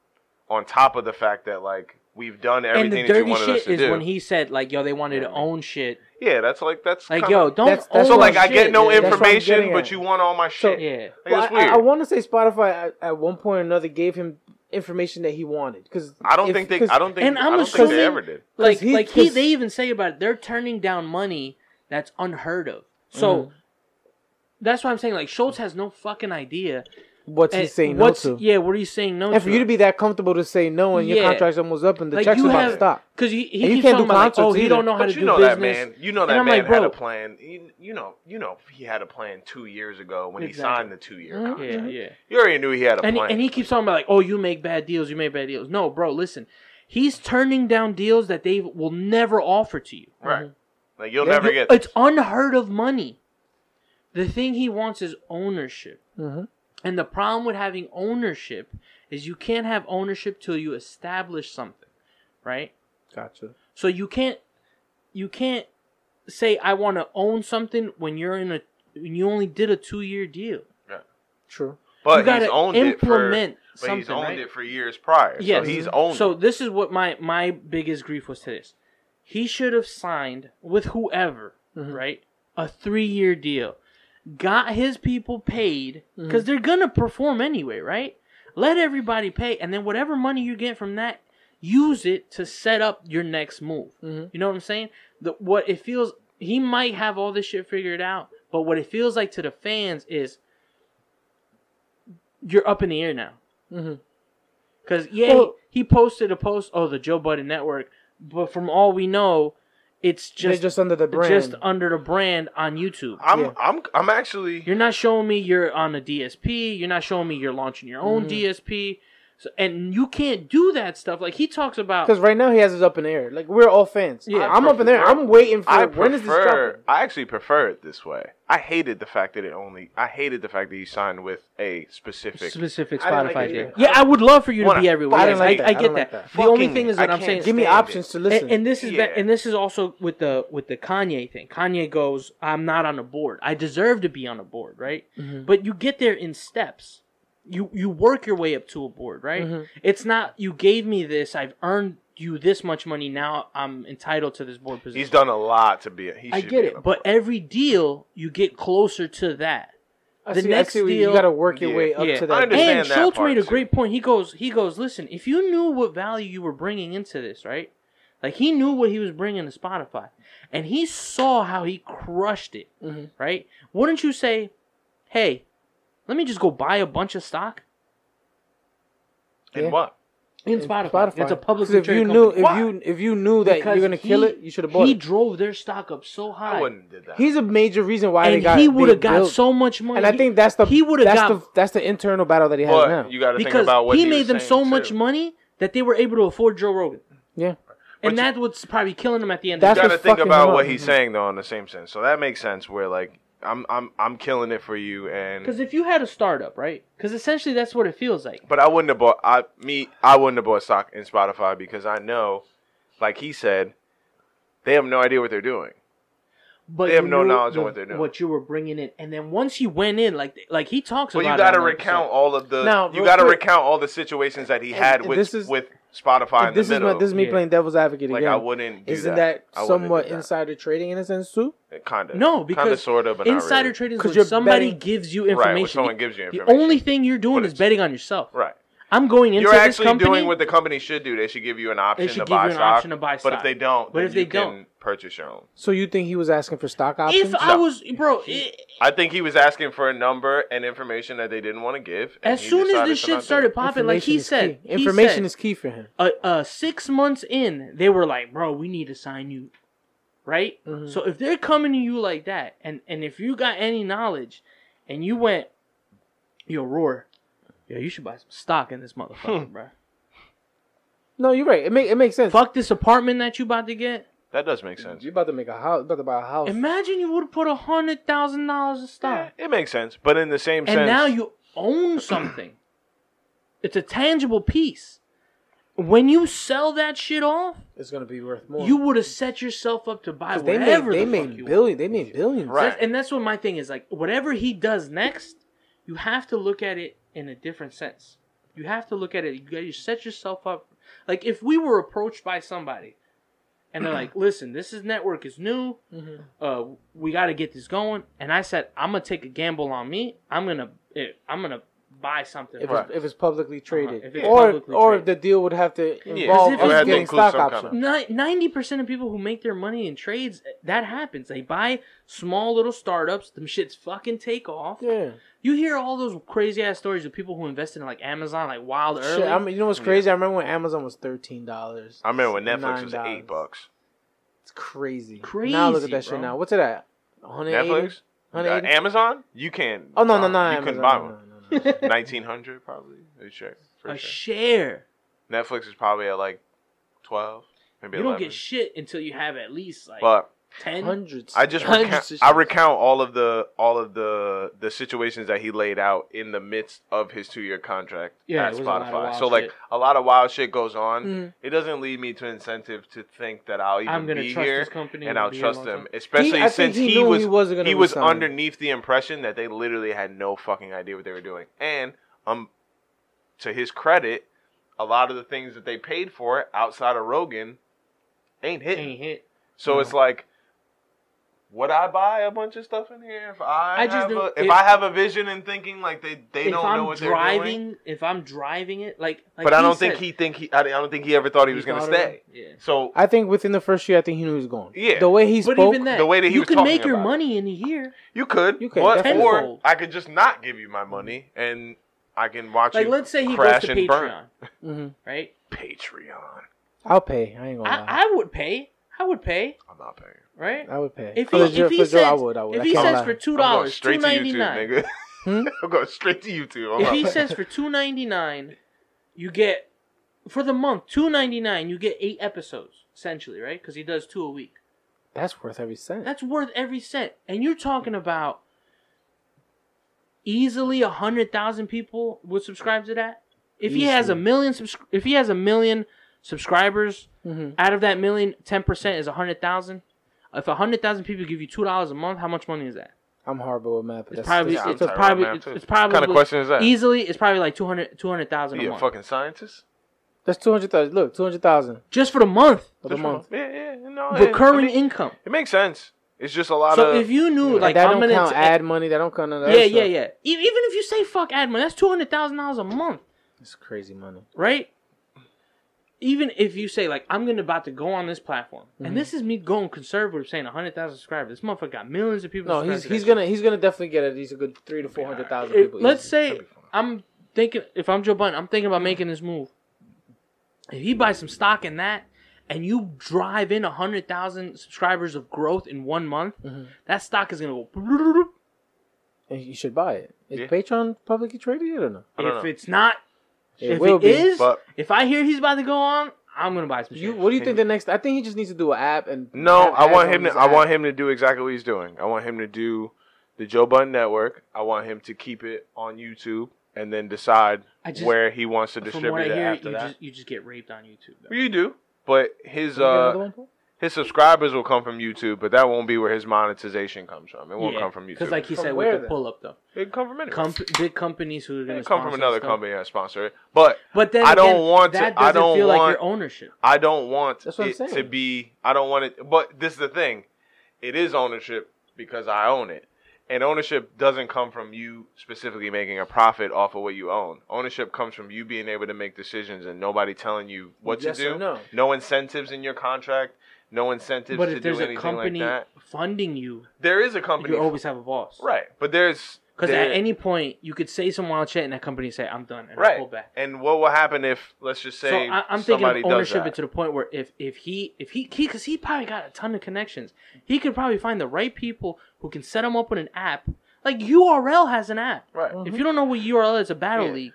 on top of the fact that like we've done everything
and
that
the
you
dirty
wanted us
shit
to
is
do.
when he said like yo they wanted
Yeah.
to own shit
Yeah, that's like that's
Like,
kinda-
yo, don't.
That's- that's
own
So like I
shit,
get no
dude.
That's what I'm
information,
getting
but
at.
you want all my
So-
shit.
Yeah.
Like, that's
Well, I,
weird.
I, want to say Spotify at, at one point or another gave him information that he wanted because
I don't think they. I don't think.
and
I
I'm
don't think
assuming-
they ever did.
like
he-
like he
'cause-
they even say about it they're turning down money that's unheard of so
Mm-hmm.
that's why i'm saying like schultz has no fucking idea
what's he
And
saying
what's
no to.
yeah what are you saying no
And for
to?
you to be that comfortable to say no and your
Yeah.
contract's almost up and the
Like,
checks
you
about
have-
to stop.
because he, he
And you
keeps
can't
talking
do
about like, oh
concerts
he
either.
don't know how
But
to
But
do
you know
business
that man. You know
And
that
I'm
man
like,
had
bro-
a plan. You, you know. You know he had a plan two years ago when
Exactly. Mm-hmm.
he signed the two year
Mhm.
contract.
yeah yeah
You already knew he had a
and he,
plan.
and he keeps talking about like oh you make bad deals you make bad deals no bro listen he's turning down deals that they will never offer to you
right. Like you'll
Yeah,
never
you-
get.
it's unheard of money the thing he wants is ownership
Mm-hmm.
And the problem with having ownership is you can't have ownership till you establish something, right?
Gotcha.
So you can't you can't say I want to own something when you're in a when you only did a 2-year deal.
True.
you
But
gotta
he's owned it for.
implement
But he's
something,
owned
right?
it for years prior.
Yes.
So he's owned.
So
it.
this is what my my biggest grief was to this. He should have signed with whoever,
Mhm.
right? A three year deal, got his people paid because they're gonna perform anyway, right? Let everybody pay, and then whatever money you get from that, use it to set up your next move.
Mhm.
You know what I'm saying? The, what it feels he might have all this shit figured out, but what it feels like to the fans is you're up in the air now.
Mm-hmm.
Because yeah,
Well-
he, he posted a post. Oh, the Joe Budden Network. But from all we know, it's
Just,
just
just under the brand.
just under the brand on YouTube.
I'm.
yeah.
I'm. I'm actually.
You're not showing me you're on a DSP. You're not showing me you're launching your own
Mm-hmm.
DSP. So, and you can't do that stuff. Like he talks about.
Because right now he has us up in the air. Like we're all fans.
Yeah.
Yeah, I'm up in there. I'm waiting for
I
when is this
prefer.
dropping?
I actually prefer it this way. I hated the fact that it only. I hated the fact that he signed with a specific.
Specific
I didn't like
Spotify
it
deal.
either.
Yeah, I would love for you to
Wanna-
be everywhere.
I
Yes,
didn't
I,
like
I,
that. I
get
don't
that.
like that.
The only
Fucking-
thing is
I
that I'm
can't
saying,
Give me
Stand
options to listen.
and, and this is ba-
Yeah.
and this is also with the with the Kanye thing. Kanye goes, "I'm not on a board. I deserve to be on a board, right?"
Mm-hmm.
But you get there in steps. You you work your way up to a board, right?
Mm-hmm.
It's not you gave me this. I've earned you this much money. Now I'm entitled to this board position.
He's done a lot to be. A, he
I
should
get
be
it,
on a-
but every deal you get closer to that.
I
the
see,
next
I see what you-
deal-
you got to work your
Yeah.
way up
Yeah.
to
I
that.
understand.
And
that
Schultz
part,
made a
too.
great point. He goes, he goes, listen, if you knew what value you were bringing into this, right? Like he knew what he was bringing to Spotify, and he saw how he crushed it,
Mhm.
right? Wouldn't you say, hey, let me just go buy a bunch of stock
And
Yeah.
what?
In
in Spotify? It's a
'Cause
public.
If you knew, if you if you knew that you're gonna kill it, you should have bought
He
it.
drove their stock up so high,
I wouldn't have did that.
He's a major reason why they
and
got.
he
they
would have got
built-
so much money.
And I
He-
think that's the
he would have
that's
got
the that's the internal battle that he has now.
but you got to think
because
about what
he
was
made them
saying,
so much
too.
money that they were able to afford Joe Rogan.
yeah,
But
And
you-
that's what's probably killing him at the end.
You
That's
of
got to
the
what
think
fucking
about
him
what
up.
he's saying though, in the same sense. So that makes sense. Where like I'm, I'm, I'm killing it for you, and
because if you had a startup, right? Because essentially that's what it feels like.
But I wouldn't have bought I me I wouldn't have bought stock in Spotify because I know, like he said, they have no idea what they're doing.
But
They have
you
no
knew
knowledge on
the-
what they're doing.
What you were bringing in, and then once you went in, like like he talks
But
about.
you
got
gotta recount all of the
Now,
you
real
gotta
quick-
recount all the situations that he
And-
had
and
with
this is-
with Spotify in
this
the
is
middle.
my, this is me
Yeah.
playing devil's advocate
like
again.
I wouldn't do that.
Isn't that,
I wouldn't
somewhat
do that.
insider trading in a sense too?
Kinda.
No, because
kinda sorta, but
insider
not really.
trading is
'Cause
when
you're
somebody
betting-
gives you
Right, when
information.
someone gives you
The
information.
only thing you're doing
But
is
it's-
betting on yourself.
Right.
I'm going into
You're
this
actually
company.
doing what the company should do. They should give you an option
should
to
give you
buy
an
stock.
option to buy
But
stock.
if they don't,
But
then
if they
you can
don't-
purchase your own.
So you think he was asking for stock options?
if I
No.
was, bro, it,
I think he was asking for a number and information that they didn't want to give. and
as
he
soon as
decided
this
to
shit
not do it.
started popping, like
Information
he
is
said,
key. information
is.
is key for him.
uh, uh, six months in, they were like, "Bro, we need to sign you," right?
Mm-hmm.
So if they're coming to you like that, and and if you got any knowledge, and you went, "Yo, roar, yeah, you should buy some stock in this motherfucker, bro.
No, you're right. It make, it makes sense.
Fuck this apartment that you about to get.
That does make sense.
You about to make a house? About to buy a house?
Imagine you would have put a hundred thousand dollars of stock,
It makes sense, but in the same
and
sense,
now you own something. it's a tangible piece. When you sell that shit off,
It's gonna be worth more.
you would have set yourself up to buy
'Cause they made
whatever
they
the fuck
made
you want.
billion. They made billions.
Right.
That's- and that's what my thing is like whatever he does next you have to look at it in a different sense you have to look at it you got to set yourself up like if we were approached by somebody and they're like, "Listen, this is network is new.
Mhm.
Uh, we got to get this going." And I said, "I'm gonna take a gamble on me. I'm gonna, eh, I'm gonna buy something."
If,
from
Right.
it's, if it's publicly traded,
Uh-huh. If it's
or
publicly
or
traded.
if the deal would have to
Yeah,
involve
if
us
it's- Had to
getting
include
stock
some kind
options.
Ninety percent of people who make their money in trades, eh, that happens. They buy small little startups. Them shits fucking take off.
Yeah,
You hear all those crazy ass stories of people who invested in like Amazon, like wild early.
shit. I mean, you know what's crazy? I remember when Amazon was thirteen dollars.
I remember when Netflix was
$9.
eight bucks.
It's crazy.
Crazy,
Now look at that
bro.
shit. Now what's it at? One hundred eighty.
Netflix, uh,
180?
Amazon, you can.
Oh no no no!
You
Amazon,
couldn't buy
no,
one.
no, no, no.
Nineteen hundred probably. Let me check. for
a
sure.
share.
Netflix is probably at like twelve, maybe
You don't
eleven.
get shit until you have at least like
but
ten.
Hundreds.
I just
hundreds
recount,
of
I
shit.
recount all of the all of the the situations that he laid out in the midst of his two year contract
Yeah,
at
it was a lot of
Spotify.
wild
So like
shit. Mm.
a lot of wild shit goes on.
Mhm.
It doesn't lead me to incentive to think that I'll even
I'm gonna
be
trust
here
this company
and
and
I'll
be here
trust
long
them,
term.
especially
I think
since
he
he,
knew he
was
wasn't gonna
he was
resign.
underneath the impression that they literally had no fucking idea what they were doing. And um, to his credit, a lot of the things that they paid for outside of Rogan ain't hitting.
Ain't hit.
So
No.
it's like, would I buy a bunch of stuff in here if I,
I just
have
don't-
a, if,
if-
I have a vision and thinking like they they
if
don't
I'm
know what they're
driving,
doing?
if I'm driving it, like, like
But I
he
don't think
said,
he think he I don't think he ever thought he, was gonna
thought
stay.
about- Yeah.
So
I think within the first year, I think he knew he was going.
Yeah.
The way he
But
spoke.
even that,
the way that he
you
was
can
talking
make your
about it.
money in a year.
you could,
You could,
but-
definitely.
or
Tenfold.
I could just not give you my money and I can watch
Like,
you
let's say he goes
crash
to
and
Patreon,
burn.
Mhm.
right?
Patreon,
I'll pay. I ain't gonna lie.
I, I would pay. I would pay,
I'm not paying.
right?
I, would pay.
If
For
he,
the Joe-
if he
for
says,
Joe, I would. I would.
if
I
he
can't
says
lie.
for two
I'm going
dollars, two
straight to
ninety nine.
YouTube, nigga.
Hmm?
I'm going straight to YouTube. I'm
If
not
he
paying.
says for two ninety nine, you get for the month two ninety nine. You get eight episodes essentially, right? Because he does two a week.
that's worth every cent.
That's worth every cent. And you're talking about easily a hundred thousand people would subscribe to that. If he has a
Easily.
million subscri- if he has a million subscribers,
Mhm.
out of that million, ten percent is a hundred thousand. If a hundred thousand people give you two dollars a month, how much money is that?
I'm horrible with math. But
It's
that's,
probably
yeah, I'm
it's,
terrible at
probably
math,
it's,
too.
it's probably
What kinda question is that?
Easily, it's probably like 200 200,000 a
you a
month
fucking scientist.
that's two hundred thousand. Look, two hundred thousand
just for the month,
for the
Just
month.
one- Yeah, yeah, no, it- I
recurring
mean,
income.
It makes sense. It's just a lot
So
of.
if you knew
Like
like
that
I'm
don't
gonna
count
t-
ad money. That don't count none of that
yeah,
stuff.
yeah, yeah. E- Even if you say fuck ad money, that's two hundred thousand dollars a month,
It's crazy money.
right? Even if you say like I'm gonna about to go on this platform,
Mm-hmm.
and this is me going conservative, saying hundred thousand subscribers. This motherfucker got millions of people.
No, he's
subscribed
he's
to that
gonna he's gonna definitely get at least a good three to four hundred thousand
shit.
people.
If- let's
easy.
say I'm thinking if I'm Joe Biden, I'm thinking about making this move. If he buys some stock in that, and you drive in hundred thousand subscribers of growth in one month,
Mm-hmm.
that stock is gonna go.
And you should buy it. Is
Yeah.
Patreon publicly traded yet or no?
I don't
If
know.
it's not,
It
if
will
it
be,
is,
but-
if I hear he's about to go on, I'm gonna buy some.
You,
shares.
what do you think the next? I think he just needs to do an app and
no,
have
I
ads
want
on
him to.
his
I
app.
want him to do exactly what he's doing. I want him to do the Joe Budden Network. I want him to keep it on YouTube and then decide
I just-
where he wants to
From what
distribute
I
it
hear,
after
you
that.
just you just get raped on YouTube. though.
Well, you do, but his
Can we get another
uh
one, Paul?
his subscribers will come from YouTube, but that won't be where his monetization comes from. It won't come from YouTube.
Because, like he
From
said,
where,
with the
then?
pull up though,
it can come from anywhere.
Com- big companies who are
It
going
can
to
come from another company that sponsor it, but
But then
I don't
again,
want to-
That
I
doesn't
don't
feel like
want-
your ownership.
I don't want
That's what I'm
it
saying.
to be. I don't want it. But this is the thing: it is ownership because I own it, and ownership doesn't come from you specifically making a profit off of what you own. Ownership comes from you being able to make decisions and nobody telling you what
Yes
to do.
or no.
incentives in your contract. No incentives
But
to
if
do
there's a
anything
company
like that.
funding you,
There is a company,
you always have a boss.
right? But there's
Because
there-
at any point you could say some wild shit, and that company say, "I'm done," and
right.
pull back.
And what will happen if, let's just say,
So I, I'm thinking
somebody
of ownership
does that?
to the point where if if he if he because he, probably got a ton of connections, he could probably find the right people who can set him up with an app. Like URL has an app.
Right.
Mm-hmm.
If you don't know what URL is, a battle
Yeah.
league,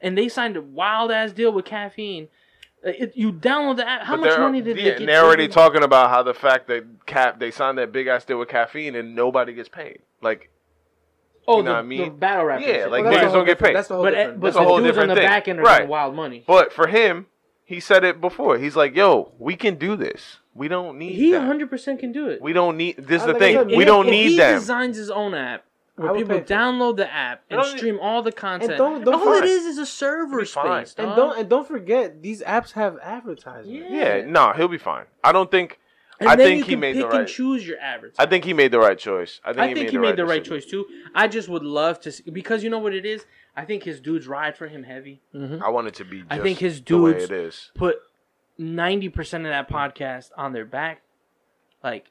and they signed a wild ass deal with caffeine. uh, It, you download the app. How
But
much
they're-
money did
yeah,
they get?
and they're already
paid?
talking about how the fact that cap they signed that big ass deal with caffeine and nobody gets paid. Like
Oh,
you know
the,
what I mean?
the battle rap. and
Yeah,
shit.
like,
Well, that's
niggas
a whole
don't get
different-
paid.
That's the whole
but uh,
different.
but
That's
the
a whole
dudes on
different
the
thing.
back end are
Right.
getting wild money.
but for him, he said it before. He's like, "Yo, we can do this. We don't need
he
them.
100 percent can do it.
we don't need this is
I
the
think it's
thing.
a-
We
If-
don't
if
need
he
them.
designs his own app
I
where
would
people
pay for it.
download the app and
don't-
stream all the content.
And don't- don't
all it
fine.
is is a server
It'd be fine.
space.
And
dog.
don't and don't forget these apps have advertisements.
Yeah, no, he'll be fine. I don't think.
And
I
then
think
you
he
can
made the
pick
right-
and choose your advertising.
I think he made the right choice. I think,
I think he made the right
decision.
choice too. I just would love to see, because you know what it is. I think his dudes ride for him heavy.
Mm-hmm.
I want it to be. Just
I think his
the way
dudes-
it is.
Put ninety percent of that podcast on their back. Like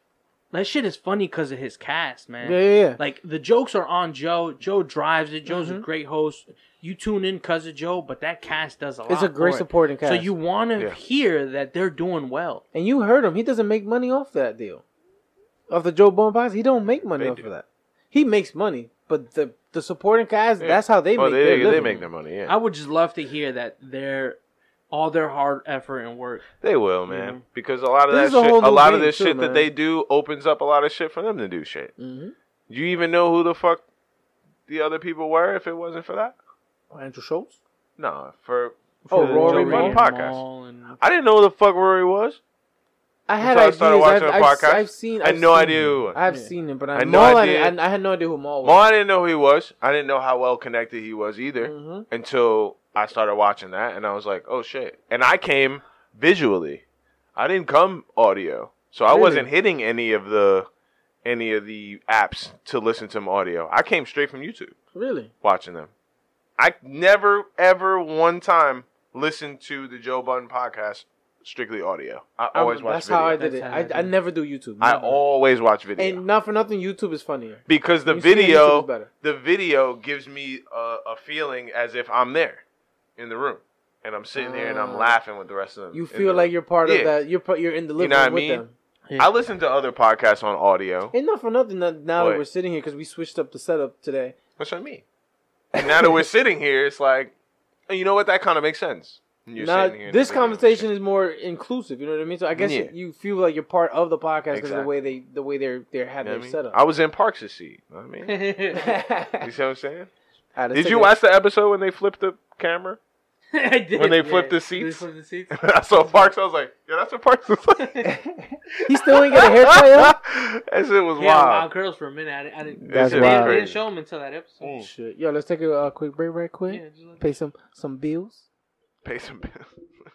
that shit is funny because of his cast, man.
Yeah, yeah, yeah.
Like the jokes are on Joe. Joe drives it. Joe's
Mm-hmm.
a great host. You tune in because of Joe, but that cast does a lot.
It's a great
for it.
supporting cast.
So you want to
Yeah.
hear that they're doing well.
and you heard him. He doesn't make money off that deal, off the Joe Bone podcast. He don't make money
They
off
do.
of that. He makes money, but the the supporting cast. That's how they
Oh,
make.
they,
their
they,
living.
make their money. Yeah,
I would just love to hear that their all their hard effort and work.
they will, man. Because a lot of
Mm-hmm. This is
that
a
shit,
whole
a
new
lot of
game
this
too,
shit that
man.
they do opens up a lot of shit for them to do shit.
Mhm.
You even know who the fuck the other people were if it wasn't for that?
Andrew Schultz.
No, for
Oh,
for the
Rory
Joe Budden
Maul?
and
podcast.
Maul and-
I didn't know who the fuck Rory was.
I had
Until I
ideas.
started
I've,
watching the
I've,
podcast.
I've seen.
I
I've
had no
seen
idea
him.
who he was.
I've
Yeah.
seen him, but I,
had no
Maul, I,
idea.
didn't- I, I had no idea who Maul was.
Well, I didn't know who he was. I didn't know how well connected he was either
Mhm.
until I started watching that, and I was like, "Oh shit!" And I came visually. I didn't come audio, so I
Really?
wasn't hitting any of the any of the apps to listen to my audio. I came straight from YouTube
Really?
watching them. I never ever one time listened to the Joe Budden podcast strictly audio. I always watch
Um, That's
video.
how I
I,
did
That's
it.
how
I,
I did
I
it.
never do YouTube. never.
always watch video.
and not for nothing, YouTube is funnier.
because the
You see on YouTube is
video
better.
the video gives me a, a feeling as if I'm there in the room and I'm sitting there and I'm
Ah.
laughing with the rest of them.
You
in
feel
the
like
room.
you're part
Yeah.
of that. You're part, you're in the living
know what I
room with
mean?
them.
I listen to other podcasts on audio.
And not for nothing. Now now
What?
that we're sitting here, because we switched up the setup today.
That's what I mean. And now that we're sitting here, it's like, oh, you know what? That kind of makes sense. And You're
now
sitting here in the
this
living room and
conversation
shit.
is more inclusive. You know what I mean? So I guess
Yeah.
you feel like you're part of the podcast because of
Exactly.
the way they the way they're they're
You know
having
what I
their
mean?
setup.
I was in Parks' seat. You know what I mean, you see what I'm saying? Did you watch the episode when they flipped the camera?
I did,
When they flipped the
They
seats?
flipped the seats.
I saw Parks. I was like, yeah, that's what Parks was like.
He still ain't got a haircut. yo?
that shit was
Yeah, wild
wild.
curls for a minute. I didn't. I didn't
That's
they, didn't-
wild.
they didn't show them until that episode.
Mm.
Shit. Yo, let's take a uh, quick break right quick.
Yeah, just like-
Pay some some bills.
Pay some bills.